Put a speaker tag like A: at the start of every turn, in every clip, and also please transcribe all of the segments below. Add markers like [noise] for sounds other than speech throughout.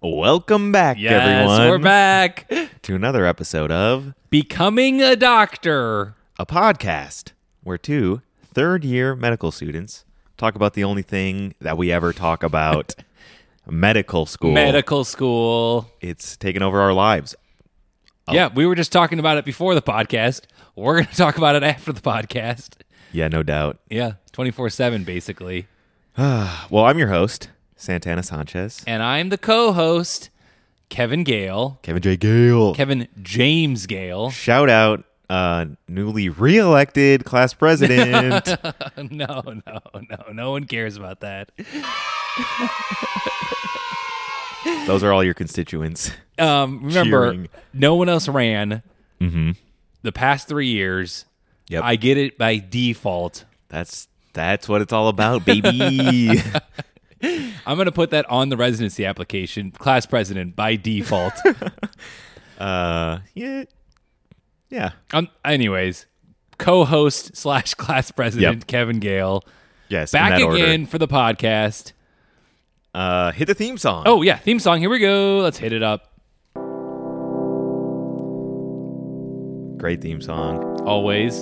A: Welcome back,
B: Yes,
A: everyone,
B: we're back. [gasps]
A: to another episode of
B: Becoming a doctor.
A: a podcast where two third-year medical students talk about the only thing that we ever talk about: [laughs] medical school.
B: Medical school.
A: It's taken over our lives. Oh.
B: Yeah, we were just talking about it before the podcast. We're going to [laughs] talk about it after the podcast.
A: Yeah, no doubt.
B: Yeah, 24 7, basically.
A: Well, I'm your host, Santana Sanchez.
B: And I'm the co host, Kevin Gale,
A: Kevin J. Gale.
B: Kevin James Gale. [laughs]
A: Shout out, uh, newly re-elected class
B: [laughs]
A: president.
B: No, no, no, no one cares about that.
A: Those are all your constituents.
B: Um, remember,
A: Cheering. Mm-hmm.
B: no one else ran the past three years.
A: Yep.
B: I get it by default.
A: That's that's what it's all about,
B: [laughs]
A: baby.
B: I'm going to put that on the residency application, class president
A: [laughs]
B: by default.
A: uh, yeah, yeah,
B: um, anyways, co-host slash class president
A: Yep.
B: Kevin Gale
A: yes. in
B: back
A: that order.
B: again for the podcast.
A: Uh, hit the theme song.
B: Oh yeah, theme song. Here we go. Let's hit it up.
A: great theme song.
B: Always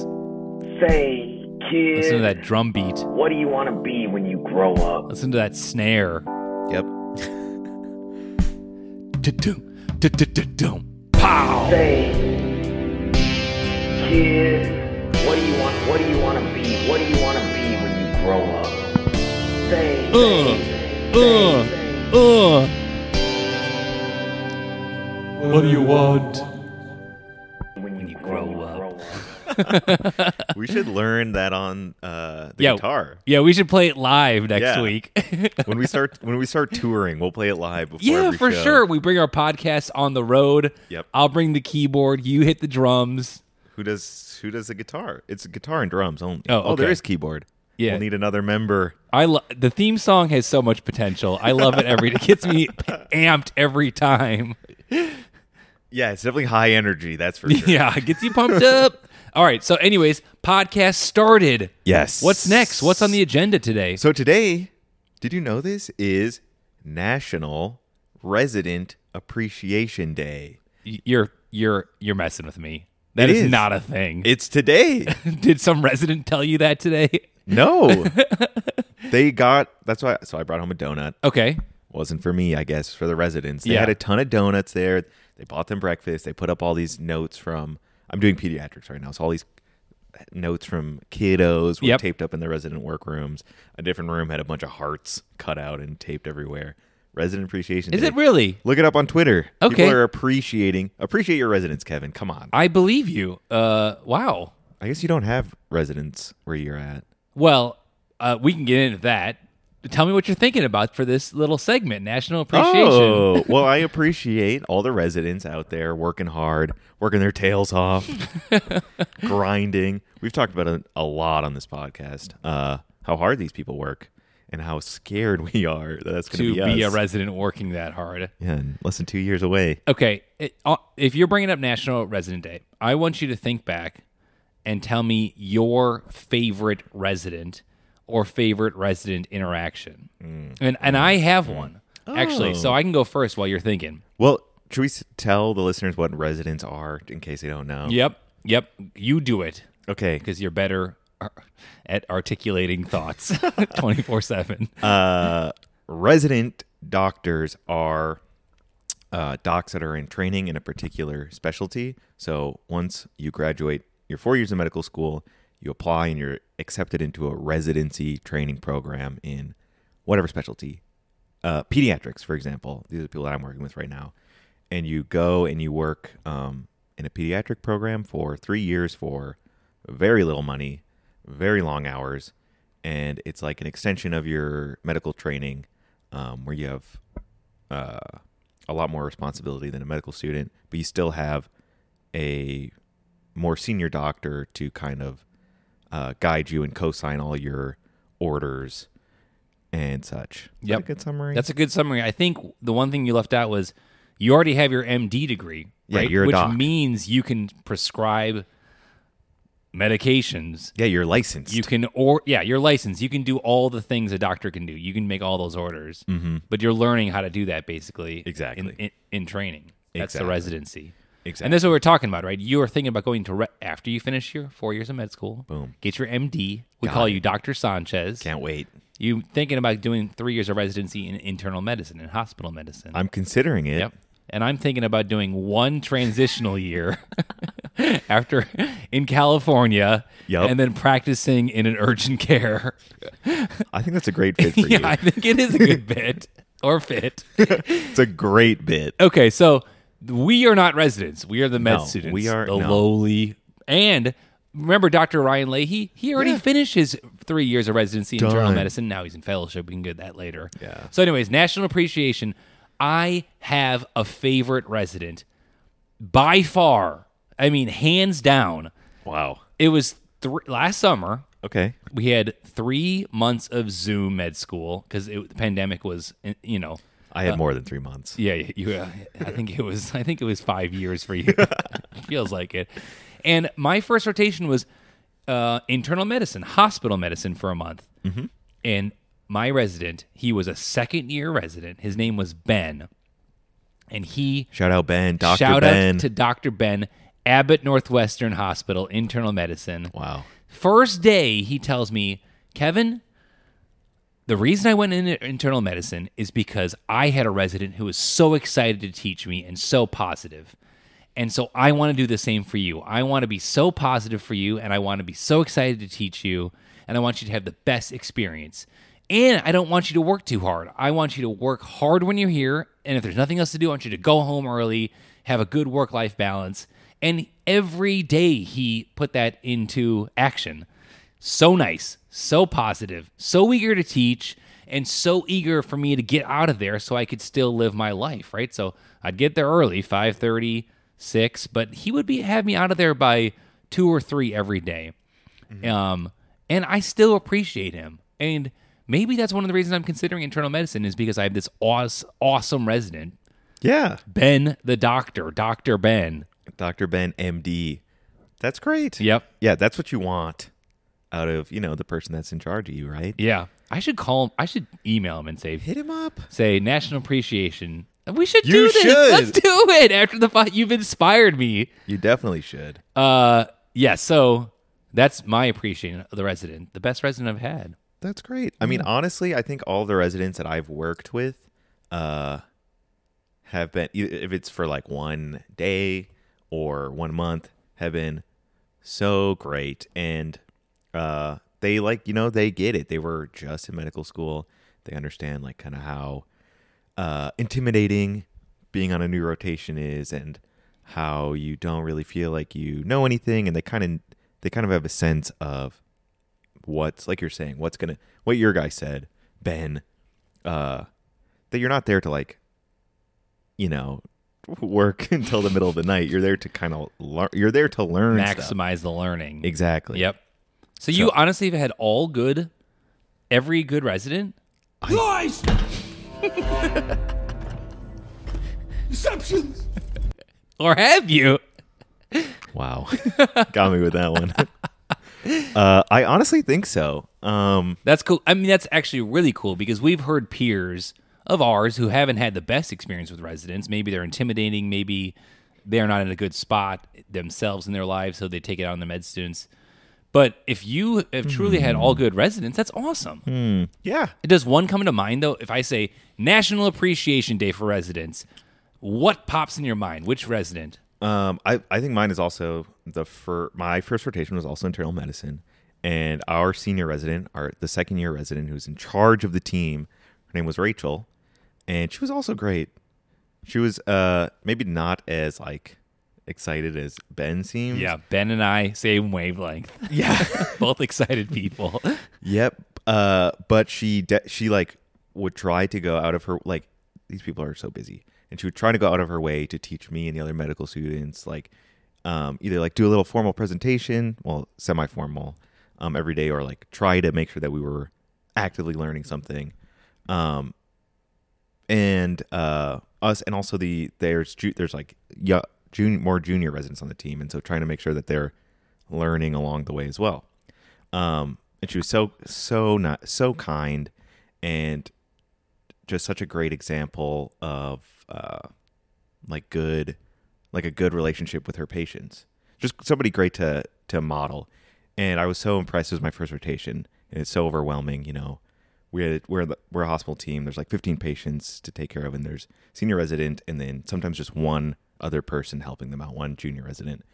C: Say, kid,
B: listen to that drum beat.
C: what do you want to be when you grow up?
B: Listen to that snare. [laughs]
A: Yep.
B: Du-dum, du-du-du-dum. Pow!
C: Say, kid, what do you want? What do you want to be? What do you want to be when you grow up? Mm, Say,
B: Uh,
C: say,
B: uh,
C: say,
B: uh.
D: What do you want?
C: when you grow up.
A: We should learn that on uh, the
B: Yeah.
A: guitar
B: Yeah, we should play it live next
A: Yeah. [laughs]
B: [laughs] week.
A: when we start when we start touring. We'll play it live before.
B: Yeah,
A: every
B: for
A: show.
B: sure. We bring our podcast on the road.
A: Yep.
B: I'll bring the keyboard. You hit the drums.
A: Who does who does the guitar? It's guitar and drums only.
B: Oh,
A: there
B: okay.
A: is keyboard.
B: Yeah.
A: we'll need another member.
B: I lo- the theme song has so much potential. I love it every. it gets me amped every time. [laughs]
A: Yeah, it's definitely high energy. That's for sure.
B: Yeah, it gets you pumped up. All right. So, anyways, podcast started.
A: Yes.
B: What's next? What's on the agenda today?
A: So today, did you know this is National Resident Appreciation Day?
B: Y- You're you're you're messing with me. That
A: It
B: is,
A: is.
B: not a thing.
A: It's today.
B: [laughs] Did some resident tell you that today? [laughs]
A: no. they got that's why so I brought home a donut.
B: Okay.
A: Wasn't for me, I guess, for the residents. They
B: Yeah.
A: had a ton of donuts there. They bought them breakfast. They put up all these notes from I'm doing pediatrics right now. So all these notes from kiddos were
B: Yep.
A: taped up in the resident workrooms. A different room had a bunch of hearts cut out and taped everywhere. Resident appreciation.
B: Is
A: Day.
B: it really?
A: Look it up on Twitter.
B: Okay.
A: People are appreciating appreciate your residence, Kevin. Come on.
B: I believe you. Uh. Wow.
A: I guess you don't have residence where you're at.
B: Well, uh, we can get into that. Tell me what you're thinking about for this little segment, National Appreciation.
A: Oh, well, I appreciate all the residents out there working hard, working their tails
B: [laughs]
A: off, grinding. We've talked about it a lot on this podcast. Uh, how hard these people work and how scared [laughs] we are that that's going
B: to
A: to
B: be a
A: us.
B: resident working that hard.
A: yeah, and less than two years away.
B: Okay, it, uh, if you're bringing up National Resident Day, I want you to think back and tell me your favorite resident or favorite resident interaction. And and I have one actually, so I can go first while you're thinking.
A: Well, should we s- tell the listeners what residents are in case they don't know?
B: Yep, yep, you do it
A: Okay.
B: because you're better ar- at articulating thoughts [laughs] 24 7.
A: uh, resident doctors are uh, docs that are in training in a particular specialty. So once you graduate your four years of medical school, you apply and you're accepted into a residency training program in whatever specialty. Uh, pediatrics, for example, these are the people that I'm working with right now. And you go and you work um, in a pediatric program for three years for very little money, very long hours. And it's like an extension of your medical training um, where you have uh, a lot more responsibility than a medical student, but you still have a more senior doctor to kind of uh, guide you and co-sign all your orders and such. Is that
B: Yep.
A: a good summary.
B: That's a good summary. I think the one thing you left out was you already have your MD degree,
A: Yeah,
B: right?
A: you're a
B: Which
A: doc.
B: means you can prescribe medications.
A: Yeah, you're licensed.
B: You can or yeah, you're licensed. You can do all the things a doctor can do. You can make all those orders, mm-hmm. but you're learning how to do that basically
A: Exactly.
B: in, in, in training. That's
A: Exactly.
B: the residency.
A: Exactly.
B: And that's what we're talking about, right? You are thinking about going to re- after you finish your four years of med school.
A: Boom.
B: Get your MD. We
A: Got
B: call
A: it.
B: you Doctor Sanchez.
A: Can't wait.
B: You thinking about doing three years of residency in internal medicine and hospital medicine?
A: I'm considering it.
B: Yep. And I'm thinking about doing one transitional [laughs] year after in California
A: Yep.
B: and then practicing in an urgent care.
A: [laughs] I think that's a great fit for
B: [laughs] yeah,
A: you.
B: I think it is a good bit or fit.
A: It's a great bit.
B: [laughs] Okay, so we are not residents. We are the med
A: No,
B: students.
A: we are-
B: the
A: no.
B: lowly. And remember Dr. Ryan Leahy? He already
A: Yeah.
B: finished his three years of residency in internal
A: Done.
B: medicine. Now he's in fellowship. We can get that later.
A: Yeah.
B: So, anyways, national appreciation. I have a favorite resident by far. I mean, hands down.
A: Wow.
B: It was three, last summer
A: Okay.
B: we had three months of Zoom med school because the pandemic was, you know,
A: I had more than three months.
B: Uh, yeah, y- you. Uh, I think it was. I think it was five years for you. [laughs] Feels like it. And my first rotation was uh, internal medicine, hospital medicine for a month. Mm-hmm. And my resident, he was a second year resident. His name was Ben, and he
A: Shout out Ben, Doctor
B: shout
A: Ben.
B: out to Doctor Ben Abbott Northwestern Hospital, internal medicine.
A: wow.
B: First day, he tells me, Kevin, the reason I went into internal medicine is because I had a resident who was so excited to teach me and so positive. And so I want to do the same for you. I want to be so positive for you and I want to be so excited to teach you and I want you to have the best experience. And I don't want you to work too hard. I want you to work hard when you're here. And if there's nothing else to do, I want you to go home early, have a good work life balance. And every day he put that into action so nice, so positive, so eager to teach, and so eager for me to get out of there so I could still live my life, right? So I'd get there early, 5:30, 6, but he would be have me out of there by 2 or 3 every day. Um and I still appreciate him. And maybe that's one of the reasons I'm considering internal medicine is because I have this aws- awesome resident,
A: Yeah.
B: Ben the doctor, Dr. Ben.
A: Doctor Ben, MD. That's great.
B: Yep.
A: Yeah, that's what you want out of you know the person that's in charge of you, right?
B: Yeah. I should call him. I should email him and say,
A: Hit him up.
B: say national appreciation. We should
A: You
B: do this.
A: should.
B: Let's do it after the fight. You've inspired me.
A: You definitely should.
B: Uh, yeah. So that's my appreciation of the resident, the best resident I've had.
A: That's great. I mean, honestly, I think all the residents that I've worked with uh, have been, e- if it's for like one day or one month, have been so great. And uh, they like, you know, they get it. They were just in medical school. They understand like kind of how uh, intimidating being on a new rotation is and how you don't really feel like you know anything. And they kind of, they kind of have a sense of what's like you're saying what's gonna what your guy said ben uh that you're not there to like you know work [laughs] until the middle of the night you're there to kind of learn you're there to learn stuff.
B: Maximize the learning.
A: exactly
B: Yep. So, you honestly have had all good, every good resident.
E: Lies! Deceptions!
B: Or have you?
A: wow got me with that one uh i honestly think so um
B: That's cool. I mean, that's actually really cool because we've heard peers of ours who haven't had the best experience with residents. Maybe they're intimidating. Maybe they're not in a good spot themselves in their lives, so they take it out on the med students. But if you have truly had all good residents, that's awesome.
A: yeah
B: Does one come to mind though? If I say National Appreciation Day for residents, what pops in your mind? Which resident?
A: Um, I, I think mine is also the fir- my first rotation was also internal medicine, and our senior resident, our the second year resident who's in charge of the team, her name was Rachel, and she was also great. She was uh maybe not as like excited as Ben seemed.
B: Yeah, Ben and I same wavelength.
A: Hmm. yeah,
B: [laughs] Both excited people.
A: yep. Uh, but she de- she like would try to go out of her like these people are so busy, and she would try to go out of her way to teach me and the other medical students like um, either like do a little formal presentation, well, semi formal, um, every day, or like try to make sure that we were actively learning something. Um, and uh, us, and also the there's ju- there's like yeah, junior more junior residents on the team, and so trying to make sure that they're learning along the way as well. Um, and she was so so not so kind and just such a great example of uh, like good like a good relationship with her patients. Just somebody great to to model. And I was so impressed with my first rotation, and it's so overwhelming. You know, we're we're the- we're a hospital team. There's like 15 patients to take care of, and there's senior resident, and then sometimes just one other person helping them out, one junior resident.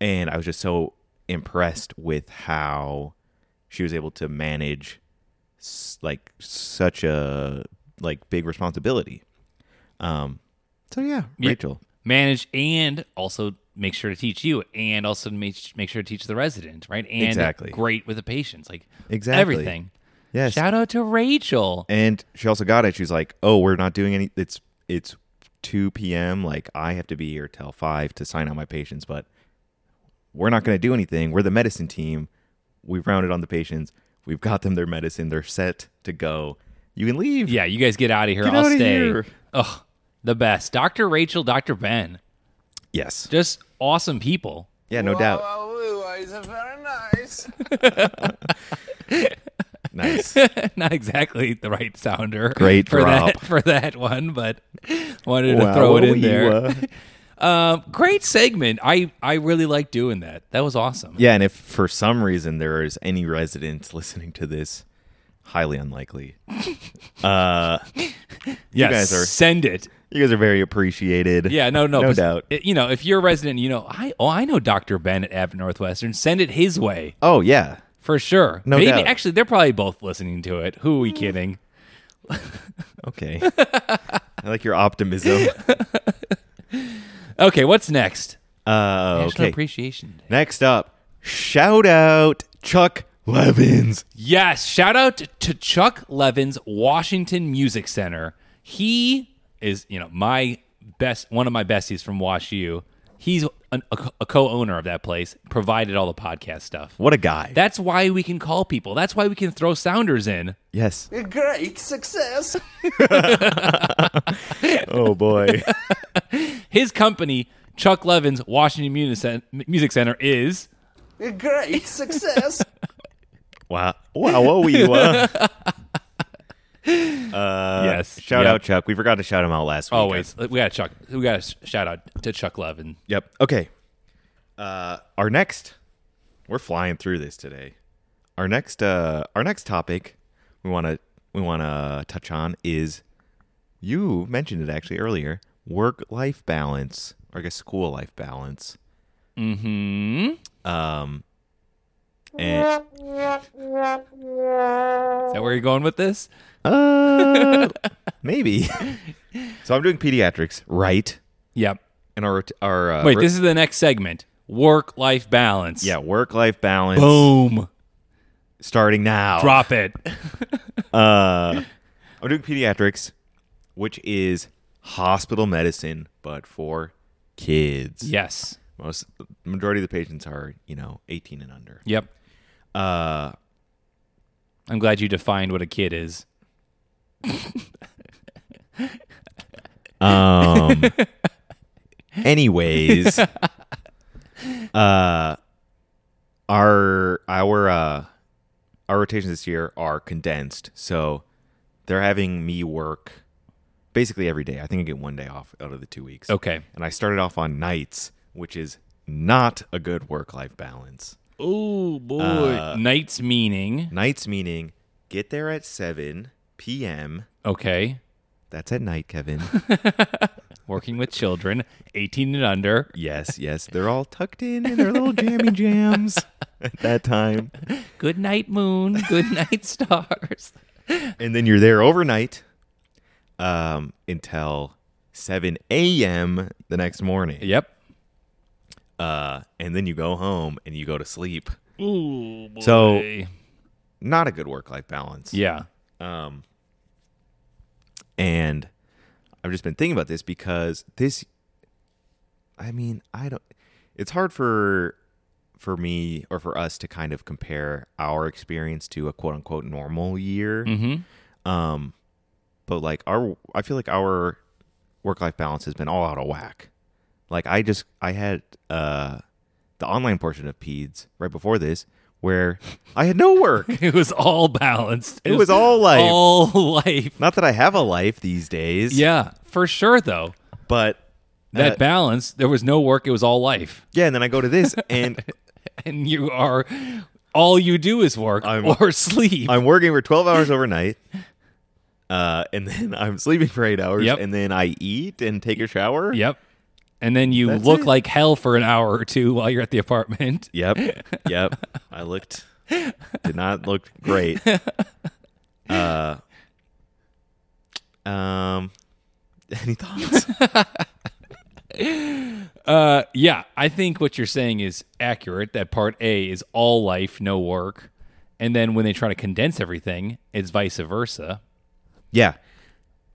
A: And I was just so impressed with how she was able to manage s- like such a like big responsibility. Um. So yeah,
B: Yeah.
A: Rachel.
B: manage and also make sure to teach you and also make, make sure to teach the resident, right? And
A: Exactly.
B: great with the patients, like
A: Exactly.
B: everything.
A: Yes.
B: Shout out to Rachel.
A: And she also got it. She's like, "Oh, we're not doing any. It's it's 2 p.m. Like I have to be here till five to sign out my patients, but we're not going to do anything. We're the medicine team. We've rounded on the patients. We've got them their medicine. They're set to go. You can leave.
B: Yeah, you guys get out of here.
A: Get
B: I'll
A: outta
B: stay.
A: here.
B: Ugh, the best. Dr. Rachel, Dr. Ben.
A: Yes.
B: Just awesome people. [laughs]
A: Yeah. No doubt. [laughs] nice.
B: Not exactly the right sounder
A: Great
B: for that
A: drop.
B: for that one, but wanted to throw it in there.
A: uh,
B: Um, great segment. I I really like doing that. That was awesome.
A: Yeah, and if for some reason there is any resident listening to this, highly
B: [laughs]
A: unlikely. Uh,
B: yes,
A: guys are-
B: send it.
A: You guys are very appreciated.
B: Yeah, no, no,
A: no
B: but-
A: doubt.
B: it- you know, if you're a resident, you know, I oh, I know Doctor Ben at Abbott Northwestern. Send it his way
A: oh yeah,
B: for sure.
A: No
B: Maybe
A: doubt.
B: actually, they're probably both listening to it. Who are we kidding? [laughs]
A: Okay. I like your optimism.
B: Okay, what's next?
A: Uh,
B: National
A: okay.
B: Appreciation Day.
A: Next up, shout out Chuck Levins.
B: Yes, shout out to Chuck Levin's Washington Music Center. He is, you know, my best, one of my besties from Wash U. He's an, a, a co-owner of that place, provided all the podcast stuff.
A: What a guy.
B: That's why we can call people. That's why we can throw sounders in.
A: yes.
E: Great success.
A: [laughs] Oh boy.
B: His company, Chuck Levin's Washington Muni- Cen- Music Center, is
E: Great success.
A: wow. Wow. Whoa. We.
E: [laughs]
A: Uh,
B: yes.
A: shout
B: Yep.
A: out Chuck. We forgot to shout him out last week.
B: Always, we got to Chuck. We got to shout out to Chuck Levin.
A: Yep. Okay. Uh, our next, we're flying through this today. Our next, uh, our next topic we want to we want to touch on is you mentioned it actually earlier work life balance or I guess school life balance.
B: Mm-hmm.
A: Hmm. Um. And
B: Is that where you're going with this?
A: [laughs] uh, maybe. so I'm doing pediatrics, right?
B: Yep.
A: And our our uh,
B: Wait, this is the next segment: work-life balance.
A: yeah work life balance
B: Boom.
A: starting now.
B: Drop [laughs] it.
A: Uh, I'm doing pediatrics, which is hospital medicine, but for kids.
B: yes.
A: Most majority of the patients are, you know, 18 and
B: [laughs]
A: under.
B: Yep.
A: Uh,
B: I'm glad you defined what a kid is.
A: um. anyways, uh, our our uh, our rotations this year are condensed, so they're having me work basically every day. I think I get one day off out of the two weeks.
B: Okay.
A: and I started off on nights, which is not a good work life balance.
B: Oh boy.
A: Uh,
B: Nights meaning.
A: Nights meaning get there at 7 p.m.
B: Okay.
A: That's at night,
B: [laughs]
A: Kevin.
B: Working with children, 18 and under.
A: yes, yes. They're all tucked in in their little jammy
B: [laughs]
A: jams at that time.
B: Good night, moon. Good [laughs] night, stars.
A: And then you're there overnight um, until 7 a.m. the next morning.
B: Yep.
A: Uh, and then you go home and you go to sleep.
B: Ooh boy.
A: So- Not a good work life balance.
B: yeah.
A: Um, and I've just been thinking about this because this, I mean, I don't. It's hard for for me or for us to kind of compare our experience to a quote unquote normal year.
B: Mhm.
A: Um, but like our, I feel like our work life balance has been all out of whack. Like I just, I had uh the online portion of Peds right before this, where I had no
B: [laughs]
A: work.
B: It was all balanced.
A: It was all life.
B: All life.
A: Not that I have a life these days.
B: Yeah, for sure though.
A: But
B: That
A: Uh,
B: balance, there was no work, it was all life.
A: yeah, and then I go to this
B: [laughs]
A: and
B: And you are all you do is work
A: I'm-
B: or sleep.
A: I'm working for 12 hours overnight. Uh, and then I'm sleeping for eight hours,
B: Yep.
A: and then I eat and take a shower.
B: yep. And then you
A: That's
B: look
A: it.
B: like hell for an hour or two while you're at the apartment.
A: Yep. Yep. I looked did not look
B: [laughs]
A: great. Uh um [laughs] any thoughts?
B: Uh, [laughs] yeah, I think what you're saying is accurate. That part A is all life, no work, and then when they try to condense everything, it's vice versa.
A: yeah.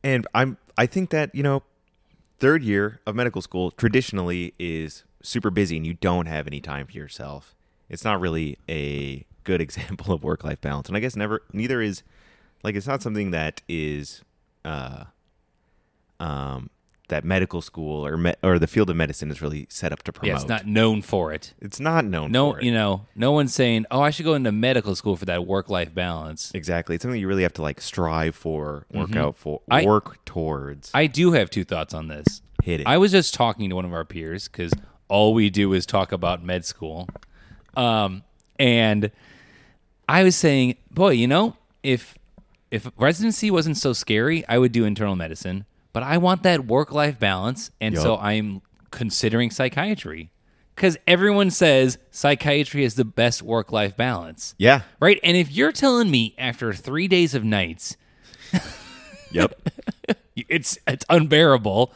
A: And I'm I think that, you know, third year of medical school traditionally is super busy and you don't have any time for yourself. It's not really a good [laughs] example of work life balance. And I guess never neither is like it's not something that is uh um that medical school or me, or the field of medicine is really set up to promote.
B: Yeah, it's not known for it.
A: It's not known.
B: No,
A: for it.
B: you know, no one's saying, "Oh, I should go into medical school for that work-life balance."
A: exactly. It's something you really have to like strive for, work out for,
B: Mm-hmm. I-
A: work towards.
B: I do have two thoughts on this.
A: Hit it.
B: I was just talking to one of our peers because all we do is talk about med school. Um, and I was saying, boy, you know, if if residency wasn't so scary, I would do internal medicine. But I want that work life balance, and so
A: Yup.
B: I'm considering psychiatry because everyone says psychiatry is the best work life balance.
A: yeah.
B: Right, and if you're telling me after three days of nights
A: Yep. [laughs]
B: it's it's unbearable.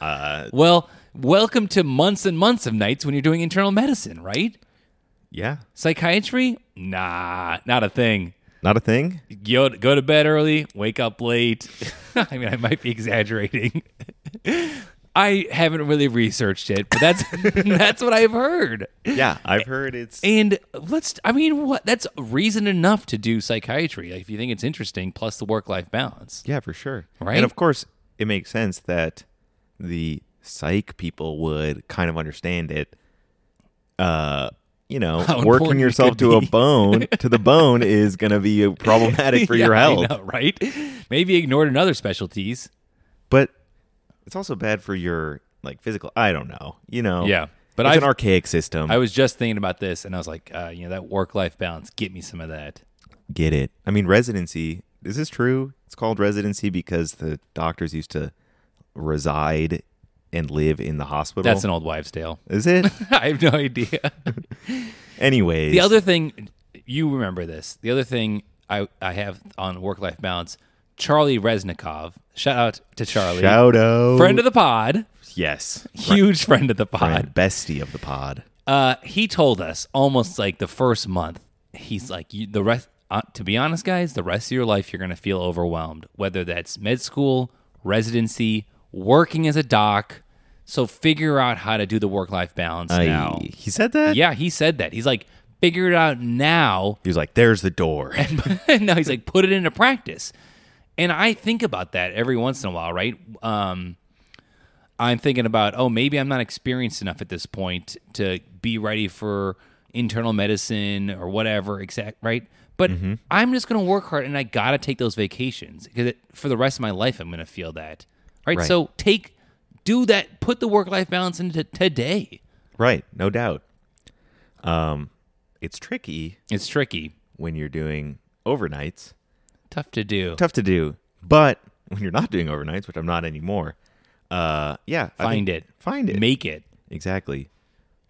B: well, welcome to months and months of nights when you're doing internal medicine, right?
A: yeah.
B: Psychiatry? Nah, not a thing.
A: Not a thing.
B: Go go to bed early, wake up late. [laughs] I mean, I might be exaggerating. [laughs] I haven't really researched it, but that's [laughs] that's what I've heard.
A: Yeah, I've heard it's
B: And let's I mean, what that's reason enough to do psychiatry like, if you think it's interesting plus the work-life balance.
A: yeah for sure.
B: Right?
A: And of course, it makes sense that the psych people would kind of understand it. Uh, you know,
B: How important
A: working
B: it
A: yourself
B: could
A: to a
B: be.
A: bone to the bone
B: [laughs]
A: is going to be uh, problematic for your
B: Yeah, I
A: health.
B: know, right? Maybe ignored in other specialties.
A: but it's also bad for your like physical. I don't know. You know.
B: Yeah, but
A: Oh, it's
B: I've-
A: an archaic system.
B: I was just thinking about this, and I was like, uh, you know, that work-life balance. Get me some of that.
A: Get it? I mean, residency. Is this true? It's called residency because the doctors used to reside and live in the hospital.
B: That's an old wives' tale. [laughs]
A: Is it?
B: I have no idea.
A: Anyways,
B: the other thing, you remember this. The other thing I I have on work-life balance. Charlie Reznikov. Shout out to Charlie,
A: shout out
B: friend of the pod,
A: yes,
B: huge friend of the pod.
A: Friend, bestie of the pod.
B: Uh, he told us almost like the first month. He's like, you, the rest. Uh, to be honest, guys, the rest of your life you're gonna feel overwhelmed. Whether that's med school, residency, working as a doc. So figure out how to do the work-life balance now.
A: I- he said that.
B: Yeah, he said that. He's like, figure it out now.
A: he was like, "There's the door." [laughs]
B: [laughs] no, he's like, put it into practice. And I think about that every once in a while, right? Um, I'm thinking about, oh, maybe I'm not experienced enough at this point to be ready for internal medicine or whatever, exact, right? But I'm just going to work hard and I got to take those vacations because for the rest of my life, I'm going to feel that, right?
A: Right.
B: So take, do that, put the work life balance into today.
A: right, no doubt. Um, it's tricky
B: It's tricky,
A: when you're doing overnights.
B: tough to do.
A: tough to do. But when you're not doing overnights, which I'm not anymore, uh, yeah, I
B: Find
A: think-
B: it.
A: find it,
B: Make it.
A: exactly.
B: Uh,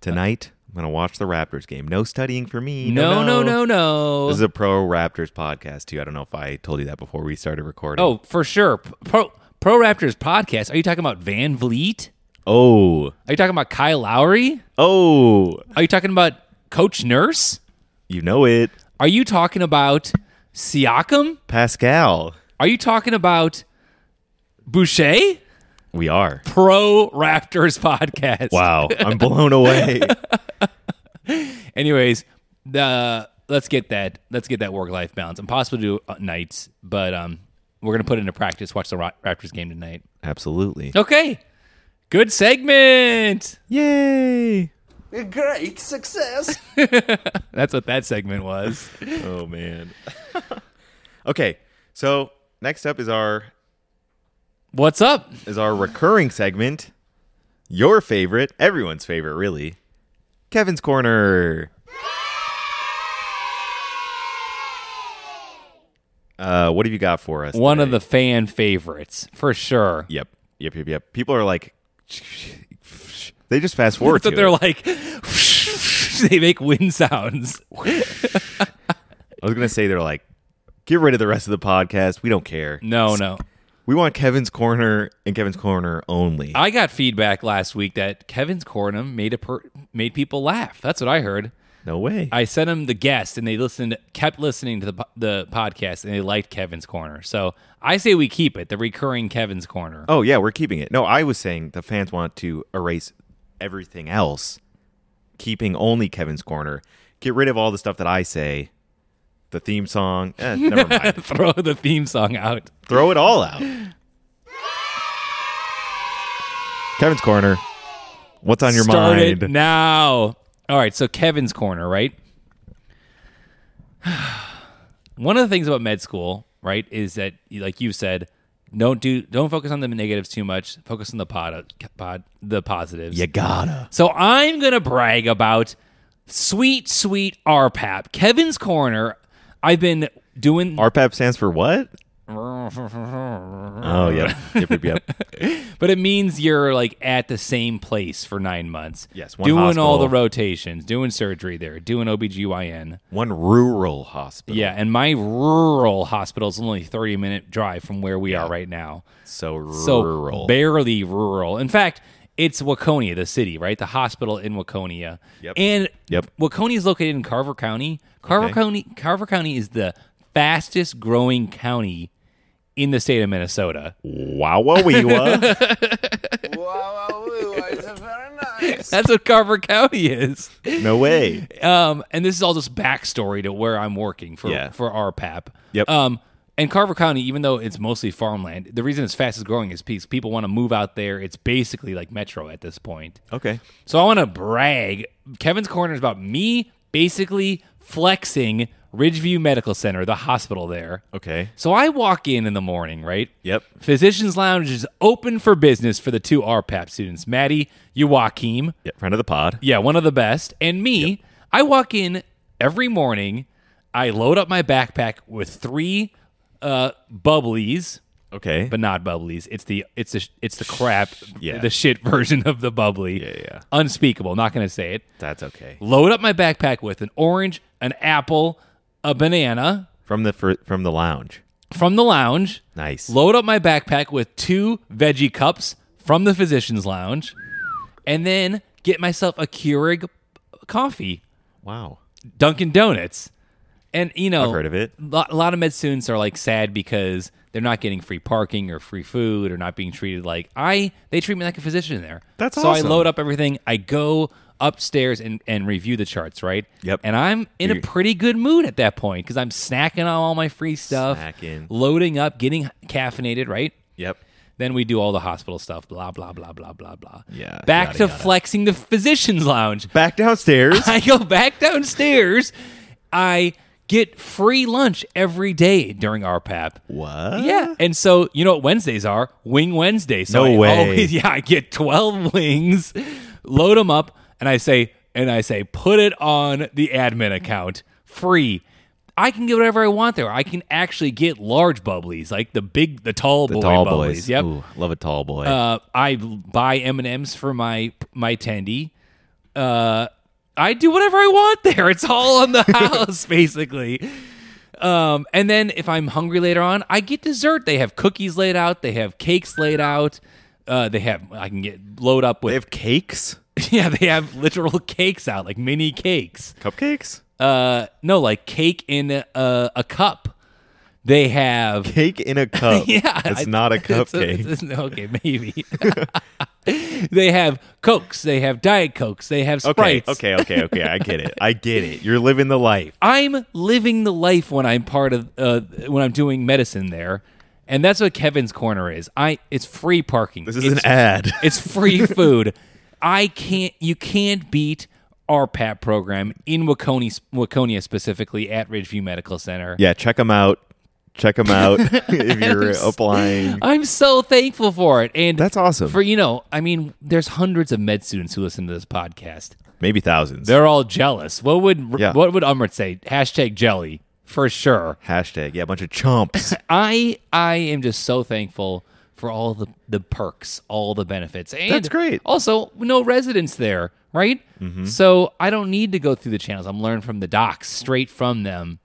A: Tonight, I'm gonna watch the Raptors game. No studying for me.
B: No,
A: No,
B: no, no, no.
A: This is a pro Raptors podcast too. I don't know if I told you that before we started recording.
B: Oh, for sure. Pro Pro Raptors podcast. Are you talking about Van Vliet?
A: oh,
B: Are you talking about Kyle Lowry?
A: oh,
B: Are you talking about Coach Nurse?
A: you know it,
B: Are you talking about Siakam?
A: Pascal.
B: Are you talking about Boucher?
A: We are.
B: Pro Raptors [laughs] podcast.
A: Wow,
B: [laughs]
A: I'm blown away.
B: Anyways, the let's get that let's get that work life balance. Impossible to do at nights, but um, we're gonna put it into practice. Watch the Ra- Raptors game tonight.
A: Absolutely.
B: Okay, good segment.
A: Yay.
E: Great success.
B: That's what that segment was.
A: oh
B: [laughs]
A: man. okay, so next up is our
B: What's up?
A: is our recurring segment, your favorite, everyone's favorite, really, Kevin's Corner. Uh, what have you got for us?
B: One of
A: today?
B: the fan favorites for sure.
A: Yep, yep, yep, yep. People are like, they just fast forward
B: so
A: to
B: they're
A: it.
B: like, [laughs] they make wind sounds.
A: I was gonna say they're like, get rid of the rest of the podcast. We don't care.
B: No, no.
A: We want Kevin's Corner and Kevin's Corner only.
B: I got feedback last week that Kevin's Cornum made a per- made people laugh. That's what I heard.
A: no way.
B: I sent them the guest, and they listened, kept listening to the po- the podcast, and they liked Kevin's Corner. So I say we keep it, the recurring Kevin's Corner.
A: Oh yeah, we're keeping it. No, I was saying the fans want to erase everything else, keeping only Kevin's corner. Get rid of all the stuff that I say, the theme song. Eh, never
B: [laughs]
A: mind.
B: [laughs] Throw the theme song out.
A: Throw it all out. Kevin's corner. What's on your
B: Start
A: mind?
B: it now. All right, so Kevin's corner, right? [sighs] One of the things about med school, right, is that like you said, don't do don't focus on the negatives too much. Focus on the pod, pod the positives.
A: You gotta.
B: So I'm going to brag about sweet, sweet RPAP. Kevin's Corner. I've been doing.
A: RPAP stands for
B: [laughs]
A: what? Oh yeah. Yep, yep, yep.
B: But it means you're like at the same place for nine months.
A: Yes, one
B: Doing
A: hospital.
B: all the rotations, doing surgery there, doing OBGYN.
A: One rural hospital.
B: Yeah. And my rural hospital is only 30 minute drive from where we are right now.
A: So
B: So
A: rural.
B: barely rural. In fact, it's Waconia, the city, right? The hospital in Waconia.
A: Yep.
B: And
A: Yep.
B: Waconia is located in Carver County. Carver
A: Okay.
B: County Carver County is the fastest growing county in the state of Minnesota.
A: wow, wow, wee,
B: [laughs]
A: wah.
E: wow, wow, woo, it's very nice.
B: That's what Carver County is.
A: No way.
B: Um, and this is all just backstory to where I'm working for
A: Yeah.
B: for RPAP.
A: Yep.
B: Um, and Carver County, even though it's mostly farmland, the reason it's fastest growing is because people want to move out there. It's basically like Metro at this point.
A: Okay.
B: So I want to brag. Kevin's Corner is about me basically flexing Ridgeview Medical Center, the hospital there.
A: Okay.
B: So I walk in in the morning, right?
A: Yep.
B: Physician's Lounge is open for business for the two RPAP students, Maddie Joachim.
A: Yeah, friend of the pod.
B: Yeah, one of the best. And me, I walk in every morning. I load up my backpack with three uh, bubblies
A: Okay.
B: but not bubblies. It's the it's the it's the crap,
A: Yeah.
B: the shit [laughs] version of the bubbly.
A: Yeah, yeah.
B: Unspeakable. Not gonna say it.
A: That's okay.
B: Load up my backpack with an orange, an apple, a banana
A: From the fir- from the lounge.
B: from the lounge.
A: Nice.
B: Load up my backpack with two veggie cups from the physician's lounge, and then get myself a Keurig coffee,
A: wow.
B: Dunkin' Donuts, and you know
A: I've heard of it.
B: lo- a lot of med students are like sad because they're not getting free parking or free food or not being treated like I. They treat me like a physician there.
A: That's
B: so
A: awesome.
B: I load up everything. I go upstairs and and review the charts. Right.
A: Yep.
B: And I'm in a
A: You're-
B: pretty good mood at that point because I'm snacking on all my free stuff,
A: Snacking.
B: loading up, getting caffeinated. Right.
A: Yep.
B: Then we do all the hospital stuff. Blah blah blah blah blah blah.
A: Yeah,
B: Back
A: yada,
B: to
A: yada.
B: flexing the physician's lounge.
A: Back downstairs.
B: [laughs] I go back downstairs. I get free lunch every day during RPAP.
A: what?
B: Yeah, and so you know what Wednesdays are? Wing Wednesday. So
A: No
B: I
A: way.
B: Always, [laughs] yeah, I get twelve wings, load them up, and I say, and I say, put it on the admin account, free. I can get whatever I want there. I can actually get large bubblies, like the big, the tall
A: The
B: boy
A: tall
B: bubblies.
A: boys.
B: Yep.
A: Ooh, love a tall boy.
B: Uh, I buy M and M's for my my attendee. Uh, I do whatever I want [laughs] there. It's all on the house, basically. Um, and then if I'm hungry later on, I get dessert. They have cookies laid out. They have cakes laid out. Uh, they have I can get load up
A: they
B: with
A: have cakes.
B: [laughs] yeah. They have literal [laughs] cakes out like mini cakes. [laughs]
A: Cupcakes.
B: Uh, no, like cake in a, a cup. They have
A: Cake in a cup.
B: [laughs] yeah,
A: It's
B: I-
A: not a
B: it's
A: cupcake.
B: it's- it's- okay, maybe. [laughs] they have cokes. They have diet cokes. They have
A: okay.
B: sprites.
A: Okay. Okay. Okay. I get it. I get it. You're living the life.
B: I'm living the life when I'm part of uh, when I'm doing medicine there, and that's what Kevin's Corner is. I it's free parking.
A: This is [laughs]
B: [laughs] it's,
A: an ad.
B: It's free food. I can't. You can't beat RPAP program in Waconia, Waconia specifically at Ridgeview Medical Center.
A: Yeah, check them out. Check them
B: [laughs]
A: out if you're applying.
B: I'm so thankful for it. And
A: That's awesome.
B: for you know, I mean, there's hundreds of med students who listen to this podcast.
A: Maybe thousands.
B: They're all jealous. What would
A: Yeah.
B: what would Umrit say? Hashtag jelly for sure.
A: Hashtag. Yeah, a bunch of
B: [laughs]
A: chumps.
B: I I am just so thankful for all the the perks, all the benefits. And
A: That's great. Mm-hmm.
B: Also, no residents there, right? So I don't need to go through the channels. I'm learning from the docs, straight from them.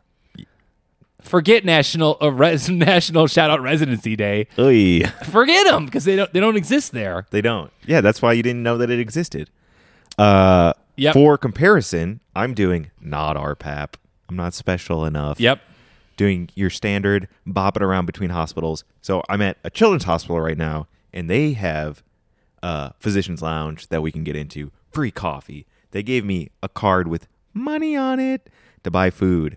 B: Forget national uh, res, [laughs] national shout out residency day.
A: Oy.
B: Forget them because they don't they don't exist there.
A: They don't. Yeah, that's why you didn't know that it existed. Uh,
B: Yep.
A: For comparison, I'm doing not RPAP. I'm not special enough.
B: Yep.
A: Doing your standard, bopping around between hospitals. So I'm at a children's hospital right now, and they have a physician's lounge that we can get into, free coffee. They gave me a card with money on it to buy food.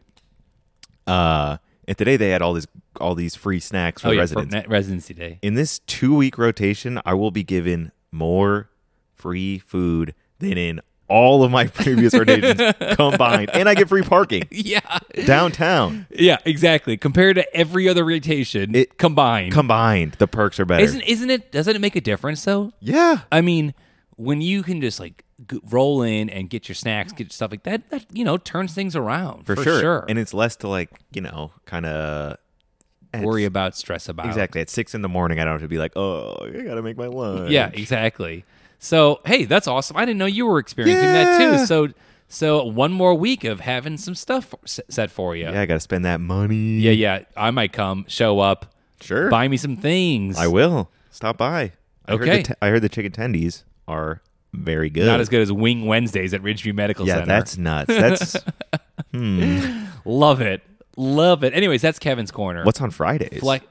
A: Uh, and today they had all this, all these free snacks for
B: oh yeah, for
A: residents
B: na- residency day.
A: in this two week rotation, I will be given more free food than in all of my previous rotations
B: [laughs]
A: combined. And I get free parking
B: [laughs] Yeah,
A: downtown
B: yeah, exactly. Compared to every other rotation
A: It-
B: combined,
A: combined. The perks are better.
B: isn't isn't it? Doesn't it make a difference though?
A: yeah.
B: I mean, when you can just like g- roll in and get your snacks, get stuff like that, that you know turns things around
A: For, sure. And it's less to like, you know, kind of
B: worry about stress about
A: Exactly. At six in the morning, I don't have to be like, oh, I got to make my lunch.
B: Yeah, exactly. So hey, that's awesome. I didn't know you were experiencing that
A: Yeah.
B: too. So so one more week of having some stuff for- s- set for you.
A: Yeah, I got to spend that money.
B: yeah, yeah. I might come, show up,
A: Sure.
B: buy me some things.
A: I will. Stop by. I Heard
B: Okay.
A: the t- I heard the chicken tendies are very good.
B: Not as good as Wing Wednesdays at Ridgeview Medical
A: Yeah,
B: Center.
A: that's nuts.
B: [laughs]
A: That's
B: love it, love it. Anyways, that's Kevin's corner.
A: What's on Fridays?
B: Like,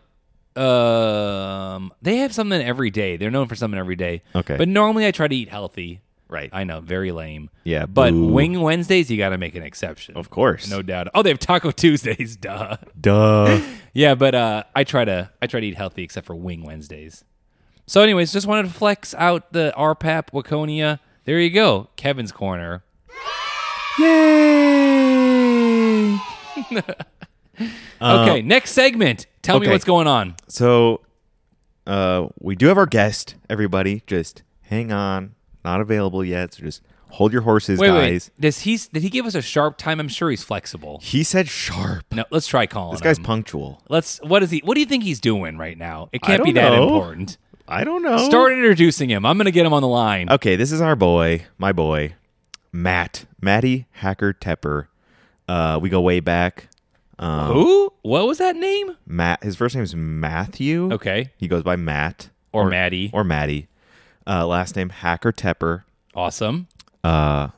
B: um, they have something every day. They're known for something every day.
A: Okay.
B: But normally I try to eat healthy.
A: Right.
B: I know, very lame.
A: Yeah,
B: But
A: boo.
B: Wing Wednesdays, you got to make an exception.
A: of course.
B: No doubt. Oh, they have Taco Tuesdays. [laughs] Duh. [gasps]
A: duh.
B: Yeah, but uh, I try to I try to eat healthy except for Wing Wednesdays. So, anyways, just wanted to flex out the RPAP Waconia. There you go, Kevin's corner.
A: Yay!
B: Okay, next segment. Tell me
A: Um, okay.
B: what's going on.
A: So, uh, we do have our guest. Everybody, just hang on. Not available yet, so just hold your horses,
B: Wait,
A: guys.
B: wait. Does he did he give us a sharp time? I'm sure he's flexible.
A: He said sharp.
B: No, let's try calling.
A: This guy's
B: him.
A: punctual.
B: Let's. What is he? What do you think he's doing right now? It can't be
A: don't
B: that
A: know.
B: important.
A: I don't know.
B: Start introducing him. I'm gonna get him on the line.
A: Okay, this is our boy, my boy, Matt, Matty Hacker Tepper. Uh, we go way back. Um,
B: Who? What was that name?
A: Matt. His first name is Matthew.
B: Okay.
A: He goes by Matt
B: Or Matty.
A: or Maddie. Uh, last name Hacker Tepper.
B: Awesome.
A: Uh,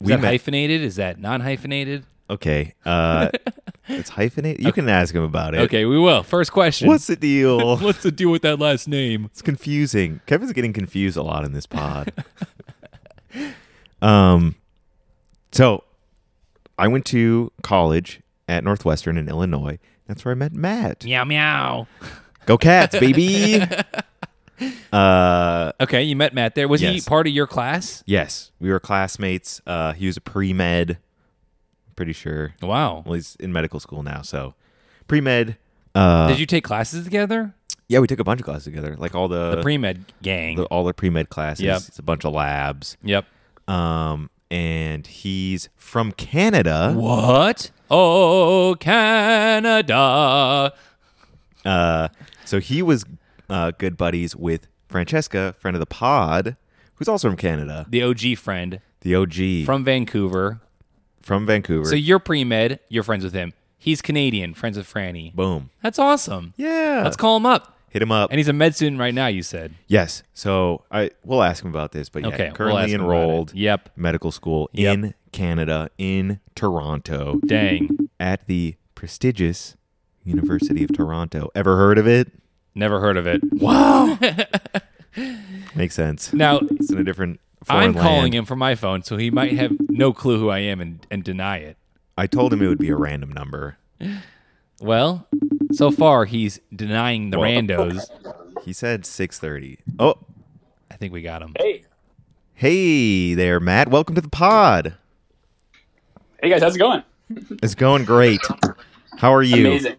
B: Is
A: we
B: that
A: met-
B: hyphenated? Is that non-hyphenated?
A: okay. Uh, it's hyphenated. You can ask him about it.
B: Okay, we will. First question.
A: What's the deal? [laughs]
B: What's the deal with that last name?
A: it's confusing. Kevin's getting confused a lot in this pod. um, so I went to college at Northwestern in Illinois. That's where I met Matt.
B: Meow meow.
A: Go Cats, baby. uh,
B: Okay, you met Matt there. Was he
A: Yes.
B: part of your class?
A: yes, we were classmates. Uh, he was a pre med. Pretty sure.
B: Wow.
A: Well, he's in medical school now, so pre med. Uh,
B: Did you take classes together?
A: yeah, we took a bunch of classes together, like all the,
B: The pre-med gang.
A: the- all the pre med classes.
B: Yep.
A: It's a bunch of labs.
B: yep.
A: Um, and he's from Canada.
B: What? Oh, Canada.
A: Uh, so he was uh, good buddies with Francesca, friend of the pod, who's also from Canada,
B: The OG friend
A: the OG
B: from Vancouver.
A: from Vancouver.
B: So you're pre-med. You're friends with him. He's Canadian. Friends with Franny.
A: Boom.
B: That's awesome.
A: Yeah.
B: Let's call him up.
A: Hit him up.
B: And he's a med student right now. You said.
A: yes. So I we'll ask him about this, but yeah,
B: Okay, we'll ask
A: currently
B: him about it.
A: enrolled.
B: Yep.
A: Medical school
B: Yep.
A: in Canada, in Toronto.
B: Dang.
A: at the prestigious University of Toronto. Ever heard of it?
B: Never heard of it.
A: Makes sense.
B: Now
A: It's in a different foreign
B: I'm calling
A: land.
B: him from my phone, so he might have no clue who I am and, and deny it.
A: I told him it would be a random number.
B: Well, so far he's denying the randos.
A: He said 6:30. Oh,
B: I think we got him.
F: Hey,
A: Hey there, Matt. Welcome to the pod.
F: Hey guys, how's it going?
A: It's going great. How are you?
F: Amazing.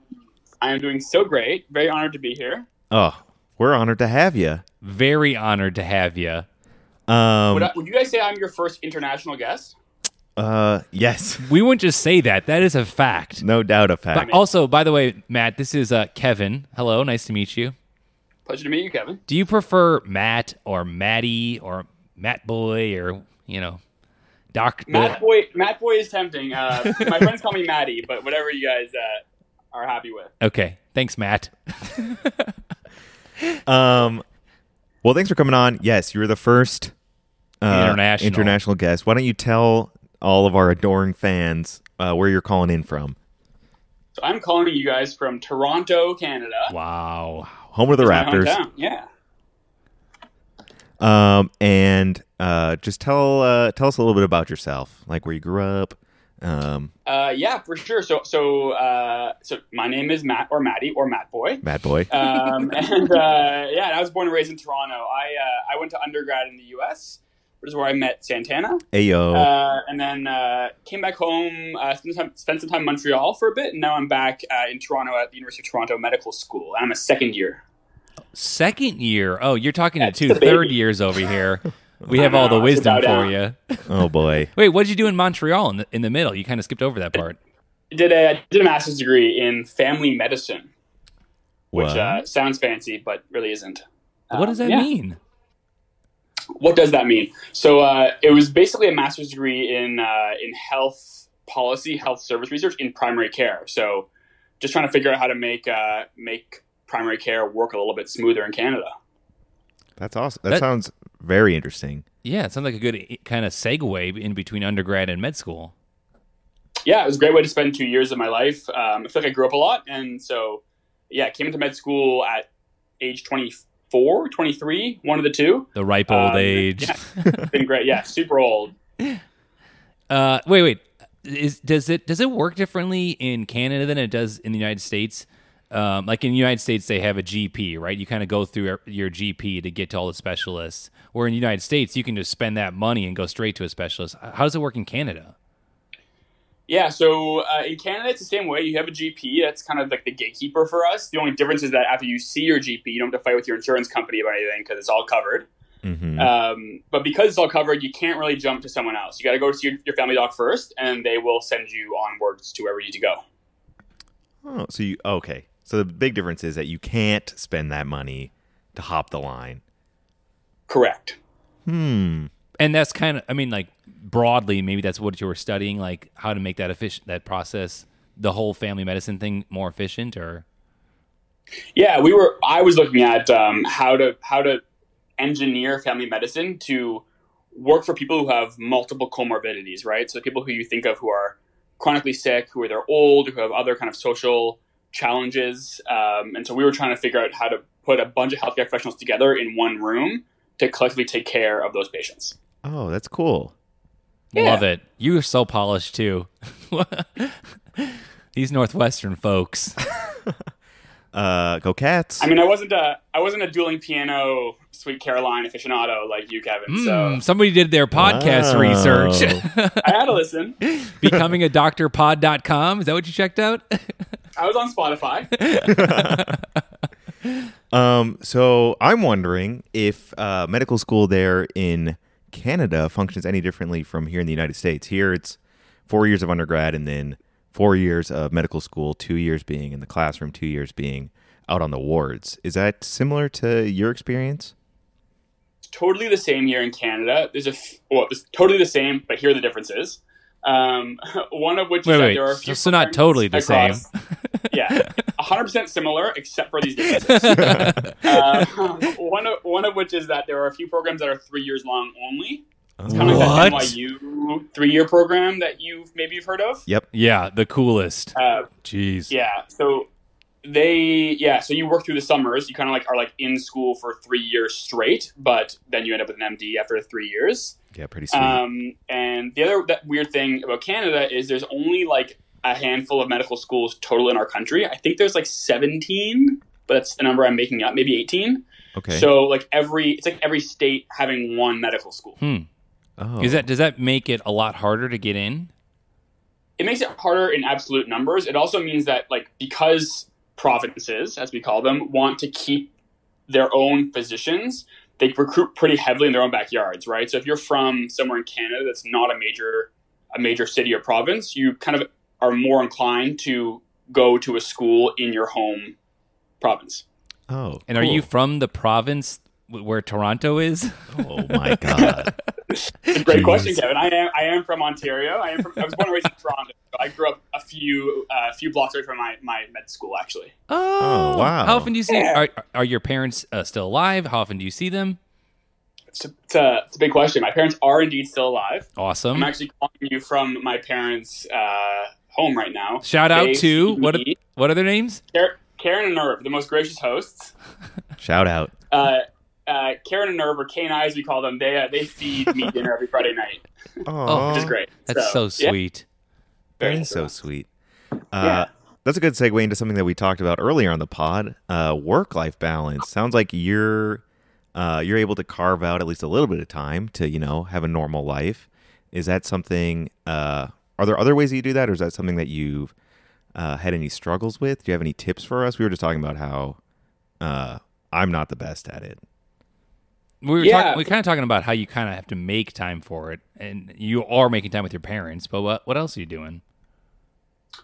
F: I am doing so great. Very honored to be here.
A: Oh, we're honored to have you.
B: Very honored to have you.
A: Um,
F: Would, I, would you guys say I'm your first international guest?
A: uh, yes, [laughs]
B: We wouldn't just say that. That is a fact.
A: no doubt a fact.
B: But also, by the way, Matt, this is uh, Kevin. Hello, nice to meet you.
F: Pleasure to meet you, Kevin.
B: Do you prefer Matt or Matty or Matt Boy or you know, Doc
F: Matt
B: Boy?
F: Boy, Matt Boy is tempting. Uh, my friends call me Matty, but whatever you guys uh, are happy with.
B: Okay, thanks, Matt.
A: Um, well, thanks for coming on. Yes, you were the first uh,
B: International.
A: international guest. Why don't you tell all of our adoring fans uh, where you're calling in from?
F: So I'm calling you guys from Toronto, Canada.
B: Wow.
A: Home of the
F: My
A: Raptors.
F: hometown. Yeah.
A: Um, and uh, just tell uh, tell us a little bit about yourself, like where you grew up. Um,
F: Uh, yeah, for sure. So, so, uh, so my name is Matt or Matty or Matt Boy.
A: bad boy.
F: um, and uh, yeah, and I was born and raised in Toronto. I uh, I went to undergrad in the U.S., which is where I met Santana,
A: Ayo.
F: uh, and then uh, came back home, uh, spent, some time, spent some time in Montreal for a bit, and now I'm back uh, in Toronto at the University of Toronto Medical School. I'm a second year.
B: Second year. Oh, you're talking to
F: That's
B: two
F: the baby.
B: third years over here. We have
F: [laughs]
B: all the
F: It's
B: wisdom
F: about
B: for
F: out.
B: you.
A: oh boy.
B: Wait, what did you do in Montreal in the, in the middle? You kind of skipped over that part.
F: I did a I did a master's degree in family medicine, [laughs] which
A: What?
F: uh, sounds fancy but really isn't.
B: What does that
F: Uh, yeah.
B: mean?
F: what does that mean? So uh, it was basically a master's degree in uh, in health policy, health service research in primary care. So just trying to figure out how to make uh, make primary care work a little bit smoother in Canada.
A: That's awesome. That,
B: That-
A: sounds very interesting.
B: Yeah, it sounds like a good i- kind of segue in between undergrad and med school.
F: Yeah, it was a great way to spend two years of my life. Um, I feel like I grew up a lot, and so yeah, I came into med school at age 24, 23, one of the two.
B: The ripe old
F: Um,
B: age.
F: It's been great. Yeah, super old.
B: Uh, wait, wait. Is does it does it work differently in Canada than it does in the United States? Um, like in the United States, they have a GP, right? You kind of go through your- your GP to get to all the specialists. Where in the United States, you can just spend that money and go straight to a specialist. How does it work in Canada?
F: Yeah, so uh, in Canada, it's the same way. You have a GP. That's kind of like the gatekeeper for us. The only difference is that after you see your GP, you don't have to fight with your insurance company about anything because it's all covered.
A: hmm
F: Um, but because it's all covered, you can't really jump to someone else. You got to go to your, your family doc first, and they will send you onwards to wherever you need to go.
A: oh, so you okay? So the big difference is that you can't spend that money to hop the line.
F: Correct.
A: Hmm.
B: And that's kind of, I mean, like broadly, maybe that's what you were studying, like how to make that efficient, that process, the whole family medicine thing more efficient, or
F: Yeah, we were. I was looking at um, how to how to engineer family medicine to work for people who have multiple comorbidities, right? So the people who you think of who are chronically sick, who are they're old, who have other kind of social challenges, um, and so we were trying to figure out how to put a bunch of healthcare professionals together in one room to collectively take care of those patients.
A: Oh, that's cool.
F: Yeah.
B: Love it. You are so polished too. [laughs] These Northwestern folks.
A: Uh, go cats.
F: I mean, I wasn't a I wasn't a dueling piano, Sweet Caroline aficionado like you, Kevin.
B: Mm,
F: So
B: somebody did their podcast
A: Wow.
B: research.
F: I had to listen.
B: Becoming a doctorpod.com. Is that what you checked out? [laughs]
F: I was on Spotify.
A: Um, so I'm wondering if uh, medical school there in Canada functions any differently from here in the United States. Here it's four years of undergrad and then four years of medical school, two years being in the classroom, two years being out on the wards. Is that similar to your
B: [laughs]
A: experience?
F: totally the same here in Canada. There's a f- well, it's totally the same, but here are the differences. Um, [laughs] one of which
B: Wait,
F: is that
B: wait,
F: there are a
B: so-
F: few
B: so not
F: programs
B: totally the
F: across-
B: [laughs]
F: yeah, hundred percent similar, except for these differences.
B: [laughs]
F: uh, [laughs] one of one of which is that there are a few programs that are three years long only. It's kind of like that
B: What?
F: NYU three-year program that you maybe you've heard of.
A: Yep.
B: yeah, the coolest.
F: Uh,
B: Jeez.
F: yeah. So they yeah, so you work through the summers, you kinda like are like in school for three years straight, but then you end up with an MD after three years.
A: Yeah, pretty sweet.
F: Um, and the other that weird thing about Canada is there's only like a handful of medical schools total in our country. I think there's like 17. but that's the number I'm making up, maybe 18.
A: Okay.
F: So like every it's like every state having one medical school.
A: oh.
B: Is that does that make it a lot harder to get in?
F: It makes it harder in absolute numbers. It also means that like because provinces, as we call them, want to keep their own physicians, they recruit pretty heavily in their own backyards, right? So if you're from somewhere in Canada that's not a major a major city or province, you kind of are more inclined to go to a school in your home province.
A: Oh.
B: And are you
A: cool.
B: from the province w- where Toronto is?
A: oh my god.
B: [laughs]
F: It's a great
A: Jeez.
F: question, Kevin. I am I am from Ontario. I am from, I was born and raised in Toronto. I grew up a few uh, a few blocks away from my, my med school actually.
B: Oh,
A: wow.
B: How often do you see?
F: Yeah.
B: Are, are your parents uh, still alive? How often do you see them?
F: It's a, it's, a, it's a big question. My parents are indeed still alive. I'm
B: Awesome.
F: actually calling you from my parents' uh, home right now.
B: Shout out
F: They
B: to
F: see
B: what?
F: me.
B: What are their names?
F: Car- Karen and Irv, the most gracious hosts.
A: Shout out.
F: Uh, uh, Karen and Irv, or Kane Eyes, we call them. They uh, they
B: [laughs]
F: feed me dinner every Friday night,
A: Oh,
F: which is great.
B: That's so,
F: yeah.
B: sweet.
A: That is so sweet. Uh, That's a good segue into something that we talked about earlier on the pod. Uh, work-life balance sounds like you're uh, you're able to carve out at least a little bit of time to you know have a normal life. Is that something? Uh, are there other ways that you do that, or is that something that you've uh, had any struggles with? Do you have any tips for us? We were just talking about how uh, I'm not the best at it.
B: We were
F: Yeah.
B: talking. We are kind of talking about how you kind of have to make time for it, and you are making time with your parents. But what what else are you doing?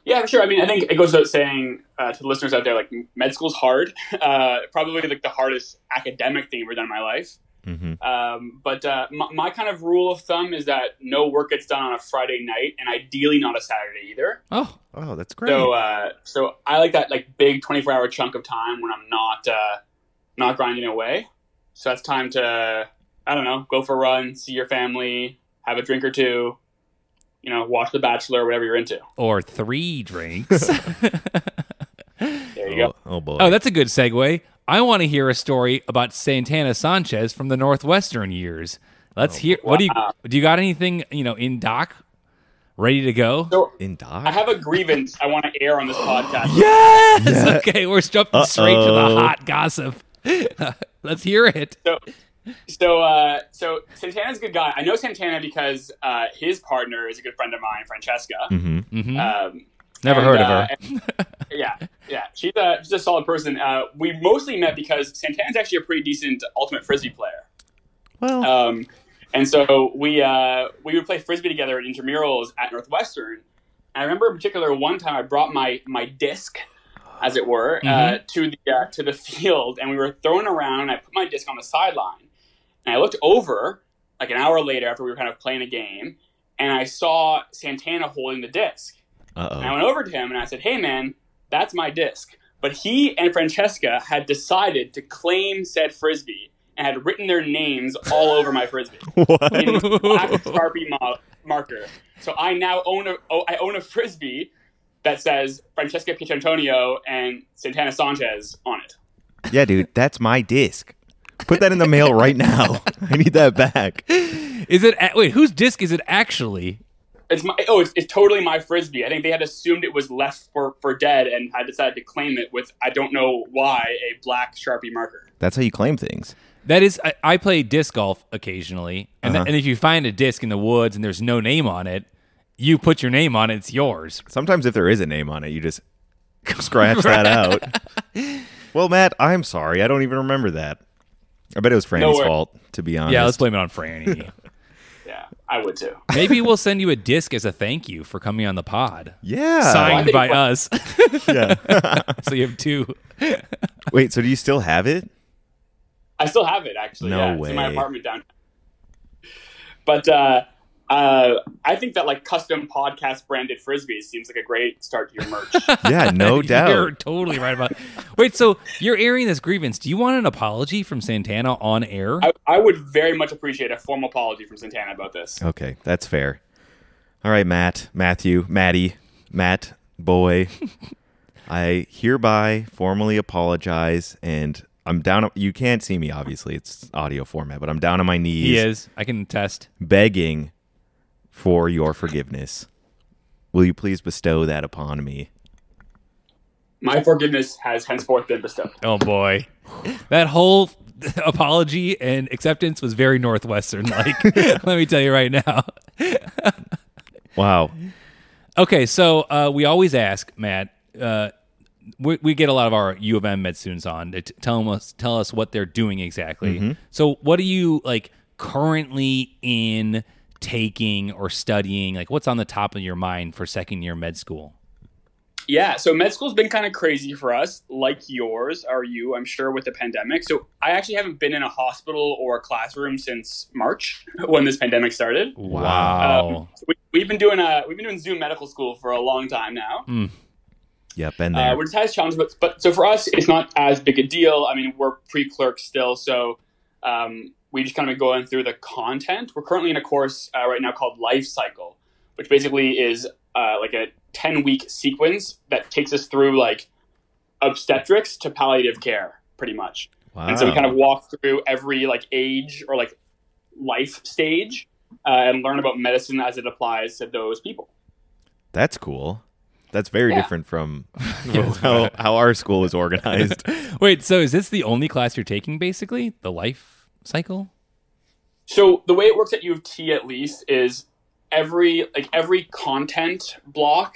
F: Yeah, for sure. I mean, I think it goes without saying uh, to the listeners out there, like med school's hard. [laughs] Uh, probably like the hardest academic thing I've ever done in my life.
A: Mhm.
F: Um, but uh, my, my kind of rule of thumb is that no work gets done on a Friday night, and ideally not a Saturday either.
B: Oh,
A: Oh, that's great.
F: So, uh, so I like that like big twenty four hour chunk of time when I'm not uh, not grinding away. So that's time to I don't know, go for a run, see your family, have a drink or two, you know, watch The Bachelor, whatever you're into.
B: or three drinks.
F: There you go.
A: oh, oh boy.
B: oh, that's a good segue. I want to hear a story about Santana Sanchez from the Northwestern years. Let's hear. What do you do? You got anything you know in doc ready to go?
F: So
A: in doc.
F: I have a grievance I want to air on
B: [gasps]
F: this podcast.
B: [laughs] Yes. Okay, we're jumping straight to the
A: Uh-oh.
B: hot gossip. [laughs] Let's hear it.
F: So, so, uh, so Santana's a good guy. I know Santana because uh, his partner is a good friend of mine, Francesca.
A: Mhm.
B: Mhm.
F: Um,
B: Never
F: and,
B: heard of
F: uh,
B: her.
F: and- yeah, yeah, she's a she's a solid person. Uh, we mostly met because Santana's actually a pretty decent ultimate frisbee player.
A: Well,
B: Oh.
F: Um, and so we uh, we would play frisbee together at intramurals at Northwestern. And I remember in particular one time I brought my my disc, as it were, uh,
B: Mhm.
F: to the uh, to the [laughs] field, and we were throwing around. And I put my disc on the sideline, and I looked over like an hour later after we were kind of playing a game, and I saw Santana holding the disc. And I
A: uh
F: went over to him and I said, "Hey, man, that's my disc." But he and Francesca had decided to claim said frisbee and had written their names all over my frisbee
A: oh. [laughs] What?
F: in [laughs] black Sharpie mo- marker. So I now own a oh, I own a frisbee that says Francesca Pietantonio and Santana Sanchez on it.
A: Yeah, dude, that's my disc. Put that in the mail right now. I need that back.
B: Is it a- wait? Whose disc is it actually?
F: It's my oh, it's, it's totally my frisbee. I think they had assumed it was left for, for dead and had decided to claim it with I don't know why a black Sharpie marker.
A: That's how you claim things.
B: That is, I, I play disc golf occasionally, and,
A: Uh-huh.
B: and if you find a disc in the woods and there's no name on it, you put your name on it. It's yours.
A: Sometimes if there is a name on it, you just scratch that out. Well, Matt, I'm sorry. I don't even remember that. I bet it was Franny's
F: worries.
A: fault, to be honest.
B: Yeah, let's blame it on Franny.
F: Yeah, I would too.
B: Maybe we'll send you a disc as a thank you for coming on the pod,
A: Yeah.
B: signed
F: think
B: by
F: what-
B: us.
A: [laughs]
B: [laughs]
A: Yeah.
B: so you have two.
A: Wait, so do you still have it?
F: I still have it actually.
A: No
F: yeah, It's in my
A: way.
F: apartment downtown. But uh, uh, I think that like custom podcast branded frisbees seems like a great start to your merch.
A: [laughs] Yeah, no
B: [laughs] [laughs] You're
A: doubt.
B: totally right about. Wait, so you're airing this grievance. Do you want an apology from Santana on air?
F: I, I would very much appreciate a formal apology from Santana about this.
A: Okay, that's fair. All right, Matt, Matthew, Maddie, Matt,
F: [laughs]
A: boy. I hereby formally apologize and I'm down you can't see me obviously it's audio format but I'm down on my knees
B: he is. I can attest.
A: begging for your forgiveness. Will you please bestow that upon me?
F: My forgiveness has henceforth been bestowed.
B: Oh boy, that whole [laughs] apology and acceptance was very Northwestern. Like, let me tell you right now.
A: Wow.
B: Okay, so uh, we always ask Matt. Uh, we, we get a lot of our U of M med students on to t- tell 'em us tell us what they're doing exactly.
A: Mm-hmm.
B: So, what are you like currently in taking or studying? Like, what's on the top of your mind for second year med school?
F: Yeah, so med school's been kind of crazy for us, like yours, are you, I'm sure, with the pandemic. So I actually haven't been in a hospital or a classroom since March [laughs] when this pandemic started.
B: Wow.
F: So we, we've been doing a we've been doing Zoom medical school for a long time now.
A: Yeah, been
F: Uh,
A: there.
F: which has challenges, but, but so for us, it's not as big a deal. I mean, we're pre clerks still, so um, we just kind of going through the content. We're currently in a course uh, right now called Life Cycle, which basically is uh, like a 10 week sequence that takes us through like obstetrics to palliative care, pretty much.
A: wow.
F: Uh, And so we kind of walk through every like age or like life stage uh, and learn about medicine as it applies to those people.
A: That's cool. That's very
F: Yeah.
A: different
F: [laughs]
A: from [laughs] how, how our school is organized.
B: Um, Wait, so is this the only class you're taking? Basically, the life cycle.
F: So the way it works at U of T, at least, is every like every content block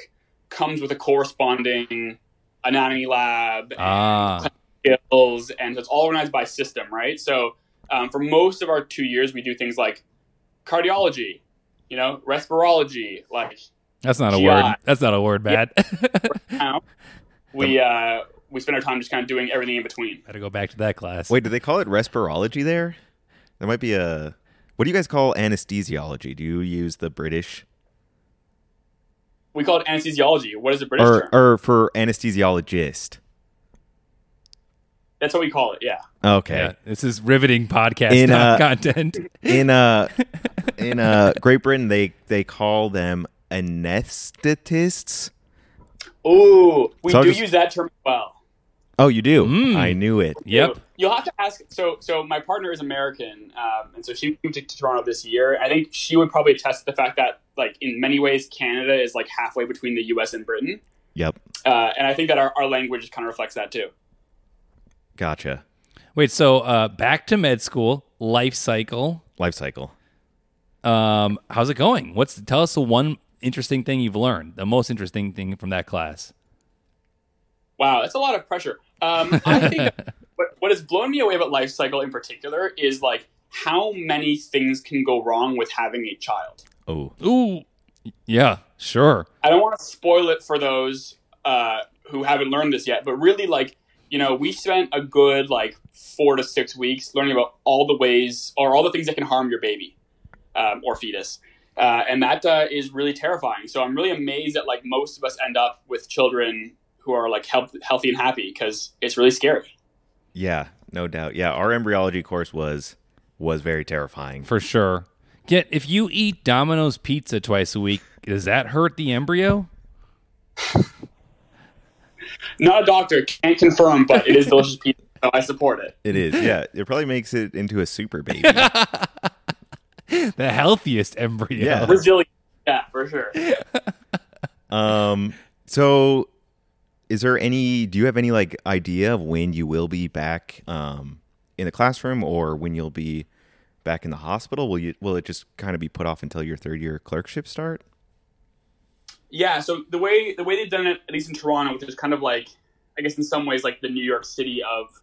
F: comes with a corresponding anatomy lab and
B: Ah,
F: skills, and so it's all organized by system, right? So um, for most of our two years, we do things like cardiology, you know, respirology, like
B: that's not a
F: GI.
B: word. That's not a word, Matt. [laughs]
A: [laughs]
F: now we uh, we spend our time just kind of doing everything in between.
B: Better go back to that class.
A: Wait, do they call it respirology there? There might be a. What do you guys call anesthesiology? Do you use the British
F: We call it anesthesiology. What is the British
A: or
F: term?
A: or for anesthesiologist?
F: That's what we call it. Yeah.
A: Okay.
B: Yeah, this is riveting podcast
A: In, uh,
B: [laughs] content.
A: [laughs] in uh in
F: [laughs]
A: uh Great Britain they they call them anesthetists.
F: Ooh, we
A: So I
F: do
A: just-
F: use that term as well.
A: Oh, you do.
B: Mm.
A: I knew it.
B: Yep.
F: So You'll have to ask. So, so my partner is American, um, and so she moved to Toronto this year. I think she would probably attest to the fact that, like, in many ways, Canada is like halfway between the U.S. and Britain,
A: Yep.
F: uh, and I think that our, our language kind of reflects that too.
A: Gotcha.
B: Wait, so uh, back to med school, life cycle.
A: Life cycle.
B: Um, how's it going? What's tell us the one interesting thing you've learned, the most interesting thing from that class.
F: Wow, that's a lot of pressure. Um, I think what, what has blown me away about life cycle in particular is like how many things can go wrong with having a child.
A: Oh.
B: Ooh, yeah, sure.
F: I don't want to spoil it for those uh, who haven't learned this yet, but really, like, you know, we spent a good like four to six weeks learning about all the ways or all the things that can harm your baby um, or fetus. Uh, and that uh, is really terrifying. So I'm really amazed that like most of us end up with children who are like health- healthy and happy because it's really scary.
A: Yeah, no doubt. Yeah, our embryology course was was very terrifying.
B: For sure. Get if you eat Domino's pizza twice a week, does that hurt the embryo?
F: Not a doctor, can't confirm, but it [laughs] is delicious pizza, so I support it.
A: It
F: [laughs]
A: is. Yeah, it probably makes it into a super baby.
B: The healthiest embryo.
A: Yeah.
F: Resilient, yeah, for sure.
A: um so is there any do you have any like idea of when you will be back um in the classroom or when you'll be back in the hospital? Will you will it just kind of be put off until your third year clerkship start?
F: Yeah, so the way the way they've done it, at least in Toronto, which is kind of like, I guess in some ways like the New York City of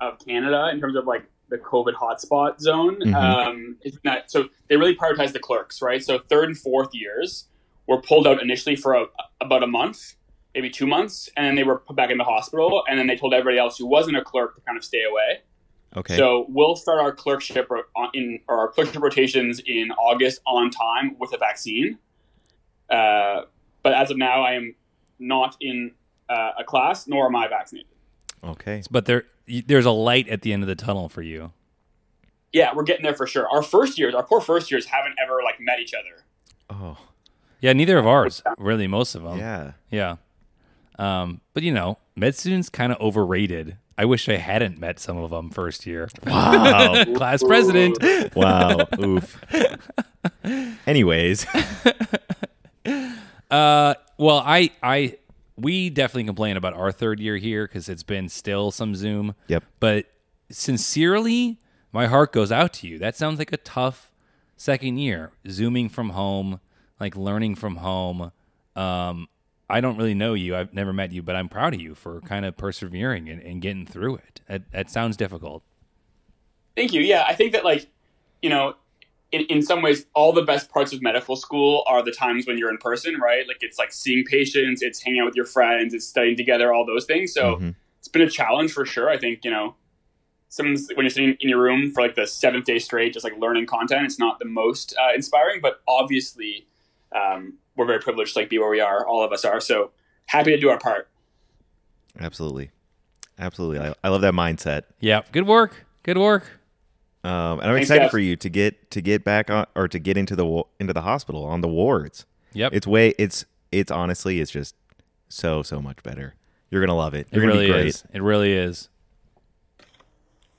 F: of Canada in terms of like the COVID hotspot zone.
A: Mhm.
F: Um, is that so they really prioritize the clerks, right? So third and fourth years were pulled out initially for a, about a month, maybe two months, and then they were put back in the hospital, and then they told everybody else who wasn't a clerk to kind of stay away.
A: Okay.
F: So we'll start our clerkship ro- on- in or our clerkship rotations in August on time with a vaccine. Uh, but as of now, I am not in uh, a class, nor am I vaccinated.
A: okay.
B: But there y- there's a light at the end of the tunnel for you.
F: Yeah, we're getting there for sure. Our first years, our poor first years, haven't ever like met each other.
A: Oh.
B: Yeah, neither of ours, really most of them.
A: Yeah.
B: Yeah. Um, but you know, med students kind of overrated. I wish I hadn't met some of them first year.
A: [laughs] Wow.
B: Class president.
A: wow. Oof. [laughs] Anyways,
B: Uh, well, I I we definitely complain about our third year here because it's been still some Zoom.
A: Yep.
B: But sincerely, my heart goes out to you. That sounds like a tough second year, zooming from home, like learning from home. Um, I don't really know you. I've never met you, but I'm proud of you for kind of persevering and, and getting through it. That, that sounds difficult.
F: Thank you. Yeah, I think that like, you know, in, in some ways, all the best parts of medical school are the times when you're in person, right? Like it's like seeing patients, it's hanging out with your friends, it's studying together, all those things. So
A: Mhm.
F: it's been a challenge for sure. I think you know, sometimes when you're sitting in your room for like the seventh day straight, just like learning content, it's not the most uh, inspiring. But obviously, um, we're very privileged to like be where we are. All of us are. So happy to do our part.
A: Absolutely. Absolutely. I, I love that mindset.
B: Yeah. Good work. Good work.
A: Um, and I'm
F: Thanks,
A: excited
F: guys.
A: for you to get to get back on or to get into the wa- into the hospital on the wards.
B: Yep.
A: It's way it's it's honestly it's just so so much better. You're gonna love it.
B: it
A: You're gonna
B: really
A: be great.
B: is. It really is.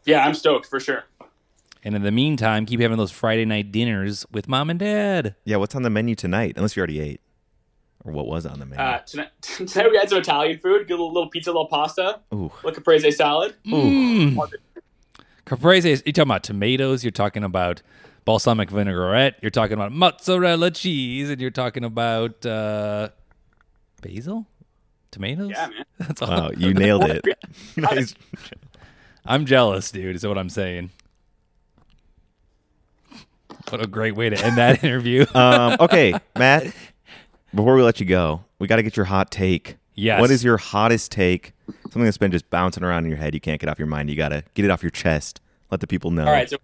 F: Yeah, I'm stoked for sure.
B: And in the meantime, keep having those Friday night dinners with mom and dad.
A: Yeah. What's on the menu tonight? Unless you already ate, or what was on the menu?
F: Uh, tonight, [laughs] tonight we had some Italian food. Good little, little pizza, little pasta,
A: Ooh,
F: little caprese salad.
B: Caprese, you're talking about tomatoes, you're talking about balsamic vinaigrette, you're talking about mozzarella cheese, and you're talking about uh, basil? Tomatoes?
F: Yeah, man.
B: [laughs] That's all.
A: wow, you nailed it.
B: [laughs]
A: [laughs] nice.
B: I'm jealous, dude, is what I'm saying. What a great way to end that [laughs] interview.
A: Um, okay, Matt. Before we let you go, we got to get your hot take.
B: Yes.
A: What is your hottest take? Something that's been just bouncing around in your head. You can't get off your mind. You got to get it off your chest. Let the people know.
F: All right, so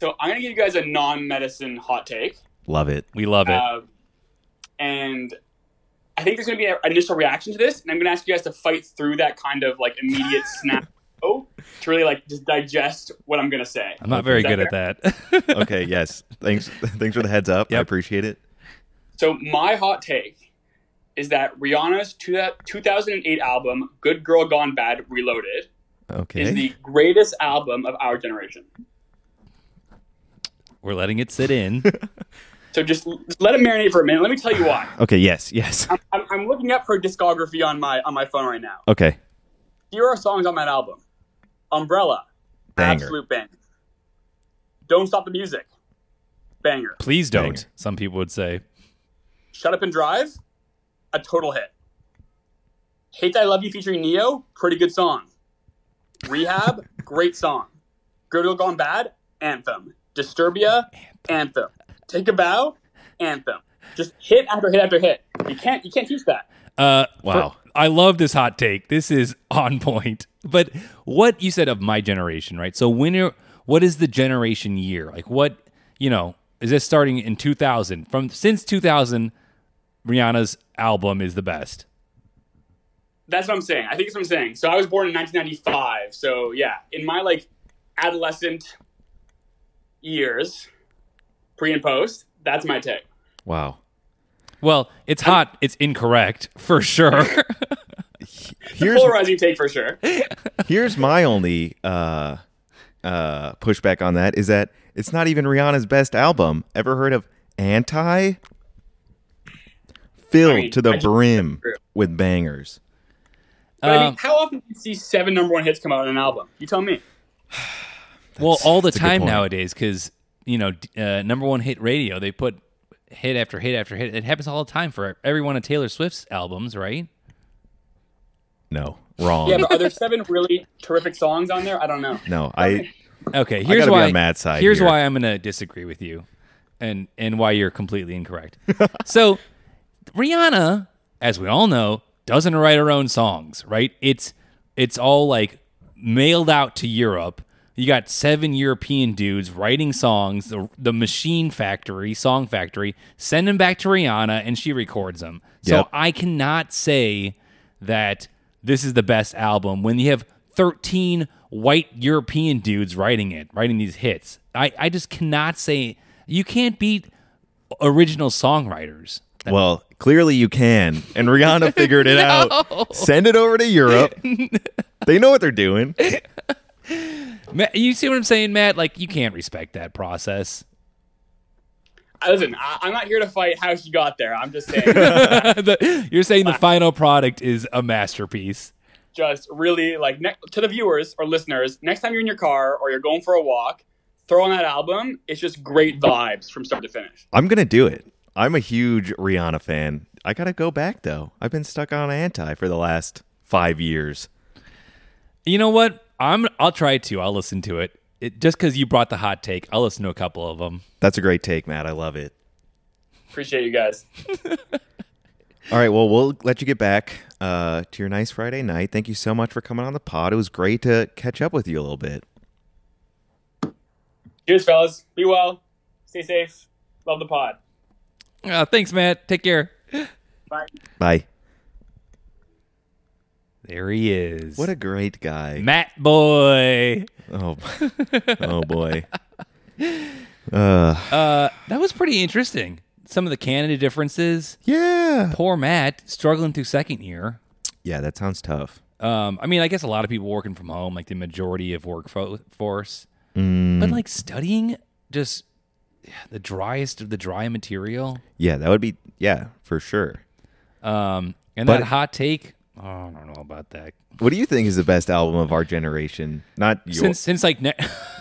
F: so I'm gonna give you guys a non-medicine hot take,
A: Love it.
B: we love it.
F: Um and I think there's gonna be an initial reaction to this, and I'm gonna ask you guys to fight through that kind of like
B: [laughs]
F: immediate snap. Oh, to really like just digest what I'm gonna say.
B: I'm not very
F: Is that
B: good at
F: fair?
B: that. [laughs]
A: Okay. Yes. Thanks. [laughs] Thanks for the heads up. I
B: Yep.
A: appreciate it.
F: So my hot take is that Rihanna's two, 2008 album "Good Girl Gone Bad" Reloaded is
B: Eh?
A: Okay.
F: the greatest album of our generation.
B: We're letting it
A: [laughs]
B: sit in.
F: So just l- let it marinate for a minute. Let me tell you why.
A: okay. Yes. Yes. [laughs]
F: I'm, I'm, I'm looking up her discography on my on my phone right now.
A: Okay.
F: Here are songs on that album: Umbrella,
A: Banger.
F: absolute banger. Don't stop the music, banger.
B: Please don't,
A: Banger.
B: some people would say.
F: Shut up and drive, a total hit. Hate that I love you featuring Neo, pretty good song. Rehab, [laughs] great song. Good Girl Gone Bad, anthem. Disturbia, anthem. Take a bow, anthem. Just hit after hit after hit. You can't you can't teach that.
B: Uh,
A: Wow.
B: for- I love this hot take. This is [laughs] on point. But what you said of my generation, right? So when are, what is the generation year? Like what, you know, is this starting in 2000? From since 2000, Rihanna's album is the best.
F: That's what I'm saying. I think that's what I'm saying. So I was born in 1995. So yeah, in my like adolescent years, pre and post, that's my take. [laughs]
A: Wow.
B: Well, it's hot. It's incorrect [laughs]
A: [laughs]
B: for sure.
A: Here's
F: Polarizing take for sure.
A: here's my only uh, uh, pushback on that is that it's not even Rihanna's best album. Ever heard of Anti? Filled
F: I mean,
A: to the
F: I just-
A: brim
F: true.
A: with bangers.
F: But I
B: Um,
F: mean, how often do you see seven number one hits come out on an album? You tell me.
B: well, all the
A: that's a good
B: time
A: point.
B: nowadays, because you know, d- uh, number one hit radio, they put hit after hit after hit. It happens all the time for every one of Taylor Swift's albums, right?
A: No, wrong.
F: Yeah, but are there seven really terrific songs on there? I don't know. [laughs]
A: no, I
B: Okay, here's
A: gotta be
B: why.
A: on Matt's side
B: here's
A: here.
B: why I'm gonna disagree with you, and and why you're completely incorrect. [laughs] so, Rihanna, as we all know, doesn't write her own songs. Right? It's it's all like mailed out to Europe. You got seven European dudes writing songs. The, the Machine Factory, Song Factory, send them back to Rihanna, and she records them.
A: Yep.
B: So I cannot say that this is the best album when you have 13 white European dudes writing it, writing these hits. I, I just cannot say you can't beat original songwriters.
A: well, clearly you can. And Rihanna figured
F: [laughs]
A: it out. Send it over to Europe. they know what they're doing. [laughs]
B: Ma you see what I'm saying, Matt? Like you can't respect that process.
F: listen, I, I'm not here to fight how she got there. I'm
B: [laughs]
F: just saying,
B: [laughs] The- you're saying the final product is a masterpiece.
F: just really like ne- to the viewers or listeners, next time you're in your car or you're going for a walk, throw on that album. It's just great vibes from start to finish.
A: I'm gonna do it. I'm a huge Rihanna fan. I gotta go back though. I've been stuck on anti for the last five years.
B: You know what? I'm I'll try it too. I'll listen to it. it just because you brought the hot take, I'll listen to a couple of them.
A: That's a great take, Matt. I love it.
F: Appreciate you guys.
A: All right. Well, we'll let you get back uh, to your nice Friday night. Thank you so much for coming on the pod. It was great to catch up with you a little bit.
F: Cheers, fellas. Be well. Stay safe. Love the pod.
B: Uh, thanks, Matt. Take care.
F: Bye.
A: Bye.
B: There he is.
A: What a great guy.
B: Matt boy.
A: Oh, oh boy. Uh,
B: Uh, that was pretty interesting. Some of the Canada differences.
A: yeah.
B: Poor Matt struggling through second year.
A: Yeah, that sounds tough.
B: Um, I mean, I guess a lot of people working from home, like the majority of workforce,
A: Mm.
B: but like studying just the driest of the dry material.
A: Yeah, that would be. Yeah, for sure.
B: Um, and
A: But-
B: that hot take, oh, I don't know about that.
A: What do you think is the best album of our generation? Not your,
B: Since since like [laughs] ne-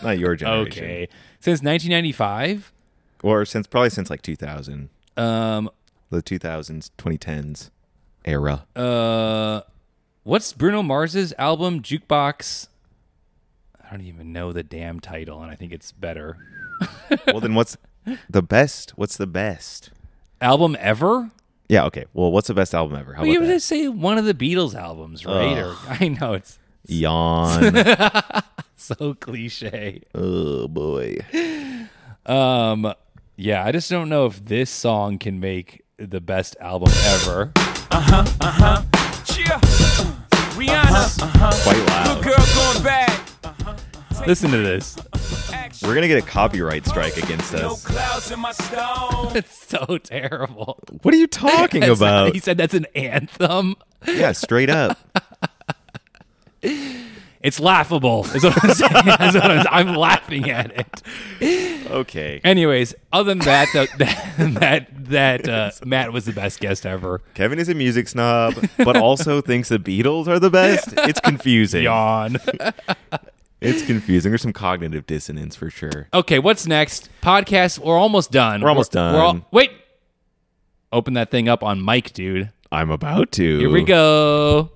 A: not your generation.
B: okay, since 1995,
A: Or since probably since like 2000,
B: um,
A: the 2000s, 2010s era.
B: uh, what's Bruno Mars's album Jukebox? I don't even know the damn title, and I think it's better
A: well, then what's the best? What's the best?
B: album ever.
A: Yeah. Okay. Well, what's the best album ever? How
B: Well, you
A: about
B: would
A: that?
B: just say one of the Beatles albums, right? Or [laughs] I know it's [laughs]
A: Yawn.
B: so cliche.
A: oh boy.
B: Um, yeah, I just don't know if this song can make the best album ever.
G: Rihanna,
A: Quite
D: Uh-huh.
A: loud.
G: girl going back.
B: Listen to this.
A: We're gonna get a copyright strike against
G: No
A: us.
G: clouds in my stone.
B: [laughs] It's so terrible.
A: What are you talking
B: That's not-
A: about?
B: he said that's an anthem.
A: Yeah, straight up.
B: It's laughable. Is what I'm saying. [laughs] That's what I'm, I'm laughing at it.
A: Okay.
B: Anyways, other than that, though, [laughs] that that, that [laughs] uh, Matt was the best guest ever.
A: Kevin is a music snob, but
B: [laughs]
A: also thinks the Beatles are the best. It's confusing.
B: Yawn.
A: It's confusing. There's some cognitive dissonance for sure.
B: Okay, what's next? Podcast. We're almost done.
A: We're almost done.
B: wait. Open that thing up on mic, dude.
A: I'm about to.
B: Here we go.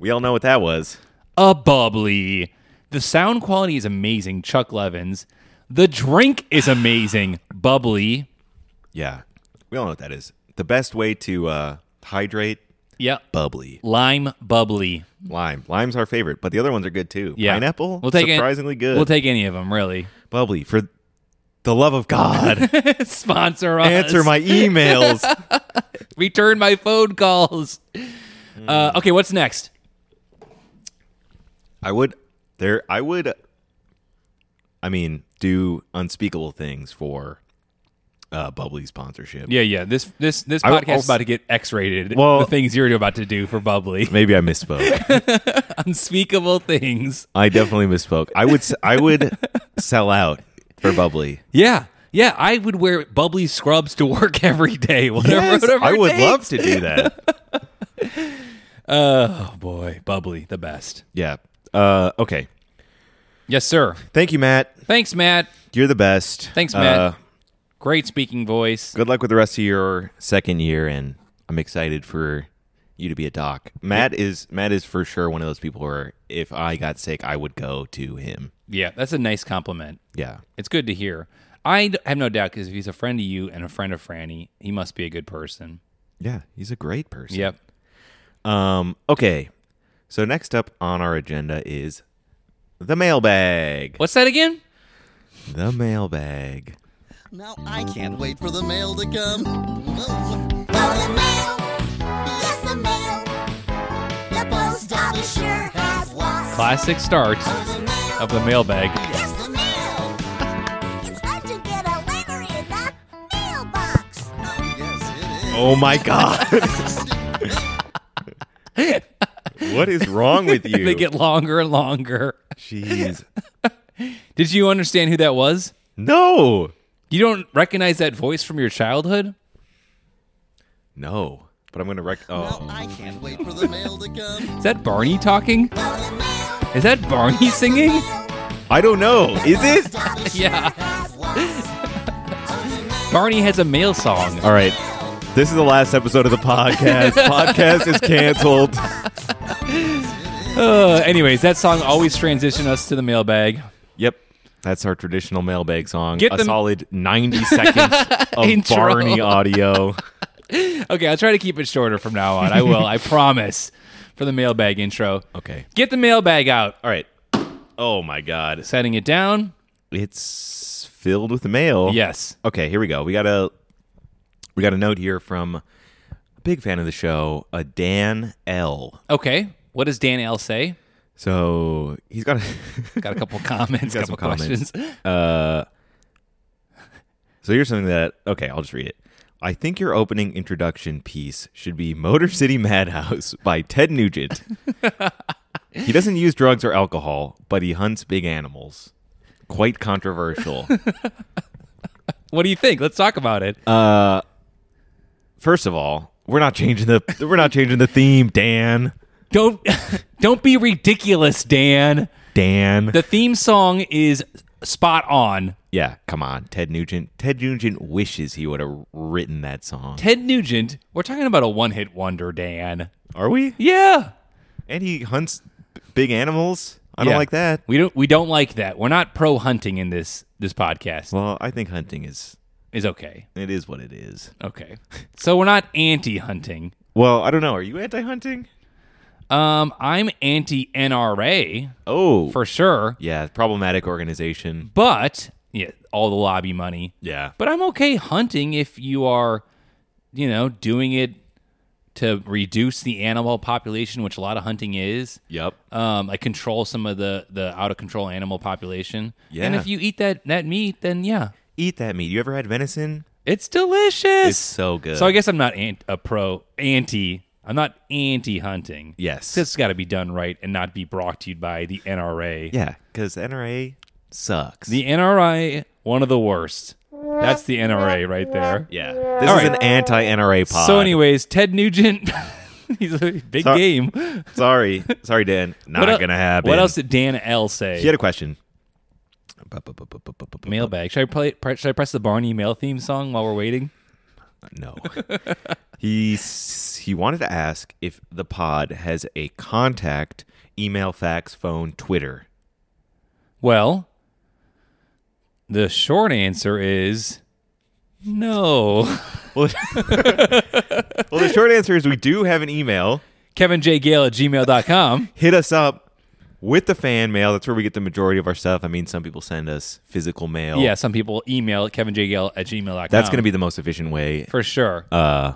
A: We all know what that was.
B: A bubbly. The sound quality is amazing. Chuck Levins. The drink is [sighs] amazing. bubbly.
A: Yeah. We all know what that is. The best way to uh, hydrate
B: Yep.
A: bubbly.
B: Lime bubbly.
A: Lime. Lime's our favorite, but the other ones are good too.
B: Yeah.
A: Pineapple?
B: We'll take it.
A: surprisingly good.
B: We'll take any of them, really. [laughs]
A: bubbly for the love of God.
B: Sponsor us.
A: Answer my
B: [laughs]
A: emails.
B: return my phone calls. Uh, okay, what's next?
A: I would there I would I mean, do unspeakable things for uh bubbly sponsorship.
B: Yeah, yeah. This this this
A: I will
B: podcast is
A: also-
B: about to get X-rated.
A: Well-
B: the things you're about to do for bubbly,
A: Maybe I misspoke.
B: [laughs] unspeakable things.
A: I definitely misspoke. I would s- I would sell out for bubbly.
B: Yeah, yeah. I would wear bubbly scrubs to work [laughs] every day. Whatever.
A: Yes,
B: whatever
A: I
B: it
A: would
B: takes.
A: love to do that.
B: Oh boy, bubbly, the best.
A: Yeah. Uh, okay.
B: Yes, sir.
A: Thank you, Matt.
B: Thanks, Matt.
A: You're the best.
B: Thanks, Matt.
A: Uh,
B: Great speaking voice.
A: good luck with the rest of your second year, and I'm excited for you to be a doc. Matt is Matt is for sure one of those people where if I got sick, I would go to him.
B: Yeah, that's a nice compliment.
A: Yeah.
B: It's good to hear. I d- have no doubt because if he's a friend of you and a friend of Franny, he must be a good person.
A: Yeah. He's a great person.
B: Yep.
A: Um. Okay. So next up on our agenda is the mailbag.
B: What's that again?
A: The mailbag.
H: Now I can't wait for the mail to come.
I: Oh, the mail. Yes, the mail. The post office sure has lost.
B: Classic start
I: Oh, the mail.
B: of the mailbag.
I: Yes, the mail. It's fun to get a letter in the mailbox.
H: Yes, it is.
A: Oh my [laughs] god. what is wrong with you?
B: [laughs] they get longer and longer.
A: [laughs] Jeez.
B: Did you understand who that was?
A: No.
B: You don't recognize that voice from your childhood?
A: No. But I'm going to rec.
H: Now
A: Oh.
H: I can't wait for the mail to come.
B: Is that Barney talking?
I: Go to mail.
B: Is that Barney [laughs] singing?
A: I don't know. Is it?
I: Dolly sure
B: Yeah.
I: has lots.
B: Barney has a male song.
A: All right. This is the last episode of the [laughs] podcast. podcast is canceled.
B: Uh, anyways, that song always transitioned us to the mailbag.
A: Yep. That's our traditional mailbag song.
B: Get
A: a
B: them-
A: solid 90 seconds [laughs] of
B: Intro.
A: Barney [laughs] audio.
B: Okay, I'll try to keep it shorter from now on.
A: [laughs]
B: I will, I promise, for the mailbag intro.
A: Okay.
B: Get the mailbag out.
A: All right. Oh my god.
B: Setting it down.
A: It's filled with mail.
B: Yes.
A: Okay, here we go. We got a we got a note here from a big fan of the show, a Dan L.
B: Okay. What does Dan L say?
A: So, he's got a [laughs]
B: Got a couple comments,
A: Got some
B: couple
A: comments.
B: questions.
A: Uh, So, here's something that okay, I'll just read it. I think your opening introduction piece should be Motor City Madhouse by Ted Nugent. he doesn't use drugs or alcohol, but he hunts big animals. Quite
B: [laughs]
A: controversial.
B: What do you think? Let's talk about it.
A: Uh, First of all, we're not changing the we're not changing the theme, Dan.
B: don't [laughs] don't be ridiculous, Dan.
A: Dan.
B: The theme song is spot on.
A: Yeah, come on, Ted Nugent. Ted Nugent wishes he would have written that song.
B: Ted Nugent, we're talking about a one-hit wonder, Dan.
A: Are we?
B: Yeah.
A: And he hunts b- big animals. I don't
B: Yeah.
A: like that.
B: We don't we don't like that. We're not pro hunting in this this podcast.
A: Well, I think hunting is
B: is okay.
A: it is what it is.
B: Okay. [laughs] So we're not anti hunting.
A: Well, I don't know. Are you anti-hunting?
B: Um I'm anti NRA
A: Oh,
B: for sure,
A: yeah, problematic organization.
B: but yeah, all the lobby money.
A: Yeah,
B: But I'm okay hunting if you are, you know, doing it to reduce the animal population, which a lot of hunting is.
A: yep.
B: Um, like control some of the the out of control animal population. And
A: Yeah.
B: if you eat that that meat, then yeah,
A: Eat that meat. You ever had venison?
B: it's delicious.
A: It's so good.
B: So I guess I'm not ant- a pro anti. I'm not anti hunting.
A: Yes.
B: This has got to be done right and not be brought to you by the NRA.
A: yeah, because NRA sucks.
B: The NRA, one of the worst. That's the NRA right there.
A: yeah, this
B: All
A: is
B: right.
A: an anti-NRA pod.
B: So, anyways, Ted Nugent, [laughs] he's a big
A: Sorry.
B: game.
A: sorry, sorry, Dan. Not
B: [laughs] What el-
A: gonna happen.
B: What else did Dan L say?
A: He had a question.
B: Mailbag. Should I play? pre- Should I press the Barney mail theme song while we're waiting?
A: No. he s- he wanted to ask if the pod has a contact email, fax, phone, Twitter.
B: Well, the short answer is no. [laughs]
A: Well, [laughs] well, the short answer is we do have an email.
B: Kevin J. Gale at gmail.com.
A: Hit us up with the fan mail. That's where we get the majority of our stuff. I mean, some people send us physical mail.
B: Yeah, some people email kevinjgale at gmail.com.
A: Oh. That's going to be the most efficient way.
B: for sure.
A: Uh,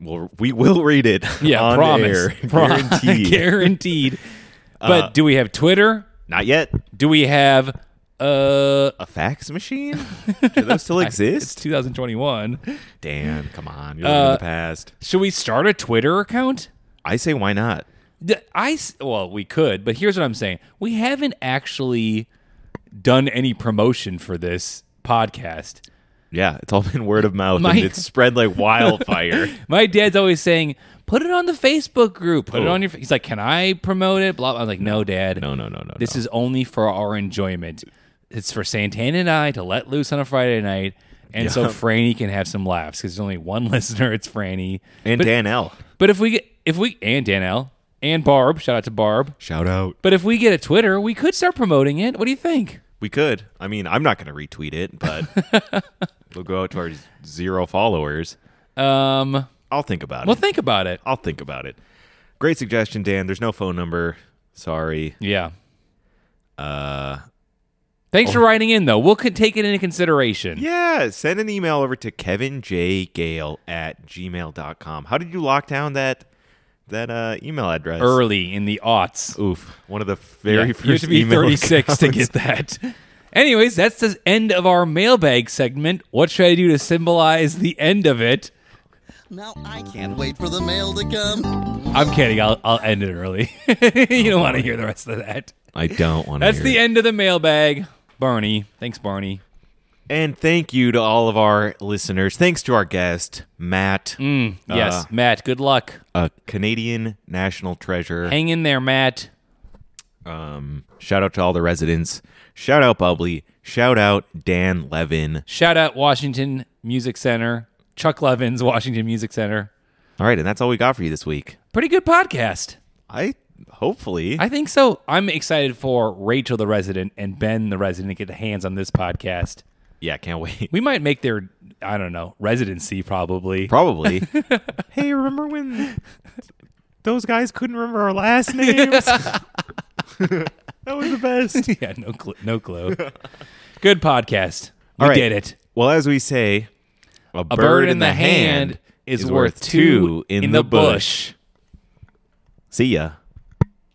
A: we'll, we will read it.
B: [laughs] yeah,
A: on
B: promise.
A: air.
B: [laughs]
A: [laughs]
B: Pro-
A: Guaranteed.
B: Guaranteed. But
A: Uh,
B: do we have Twitter?
A: Not yet.
B: Do we have uh
A: A fax machine? Do
B: [laughs]
A: those still
B: it's
A: exist?
B: 2021.
A: Dan, come on. You're living in
B: Uh,
A: the past.
B: Should we start a Twitter account?
A: I say, why not?
B: D- I s- well, we could, but here's what I'm saying: we haven't actually done any promotion for this podcast.
A: Yeah, it's all been word of mouth
B: My-
A: and it's spread
B: [laughs]
A: like wildfire.
B: My dad's always saying, "Put it on the Facebook group. Put it
A: Oh.
B: on your." fa-" He's like, "Can I promote it?" Blah. blah. I'm like, "No, dad.
A: no, no, no, no.
B: This
A: no.
B: is only for our enjoyment. It's for Santana and I to let loose on a Friday night, and so
A: Yeah.
B: Franny can have some laughs because there's only one [laughs] listener. It's Franny
A: and
B: but,
A: Dan L.
B: But if we get if we and Danelle and Barb, shout out to Barb.
A: Shout out.
B: But if we get a Twitter, we could start promoting it. What do you think?
A: We could. I mean, I'm not going to retweet it, but
B: [laughs]
A: we'll go out to our zero followers.
B: Um,
A: I'll think about
B: well,
A: it.
B: think about it.
A: I'll think about it. Great suggestion, Dan. There's no phone number. Sorry. Uh,
B: Yeah. Uh. Thanks
A: Oh.
B: for writing in, though. We'll could take it into consideration.
A: Yeah, send an email over to kevinjgale at gmail.com. How did you lock down that that uh, email address?
B: Early in the aughts.
A: Oof. One of the very
B: Yeah,
A: first
B: you have to be [laughs]
A: email
B: 36 to
A: accounts.
B: get that. Anyways, that's the end of our mailbag segment. What should I do to symbolize the end of it?
H: Now I can't wait for the mail to
B: [laughs]
H: come.
B: I'm kidding. I'll, I'll end it early. you don't want to Oh, hear the rest of that.
A: I don't want to.
B: That's the end of the mailbag. Barney. Thanks, Barney.
A: And thank you to all of our listeners. Thanks to our guest, Matt,
B: Mm. Yes, Matt, good luck.
A: a Canadian national treasure.
B: Hang in there, Matt.
A: Shout out to all the residents. Shout out Bubbly. Shout out Dan Levin.
B: Shout out Washington Music Center. Chuck Levin's Washington Music Center.
A: All right, and that's all we got for you this week.
B: Pretty good podcast.
A: I hopefully
B: I think so. I'm excited for Rachel the resident and Ben the resident to get their hands on this podcast.
A: yeah, can't wait.
B: We might make their I don't know, residency probably.
A: [laughs]
B: [laughs]
A: Probably. hey, remember when those guys couldn't remember our
B: [laughs]
A: last names? that was the best.
B: [laughs] yeah, no clue, no clue. good podcast. We
A: All right.
B: did it.
A: Well, as we say, a,
B: A bird, in the hand is worth two in the bush.
A: See ya.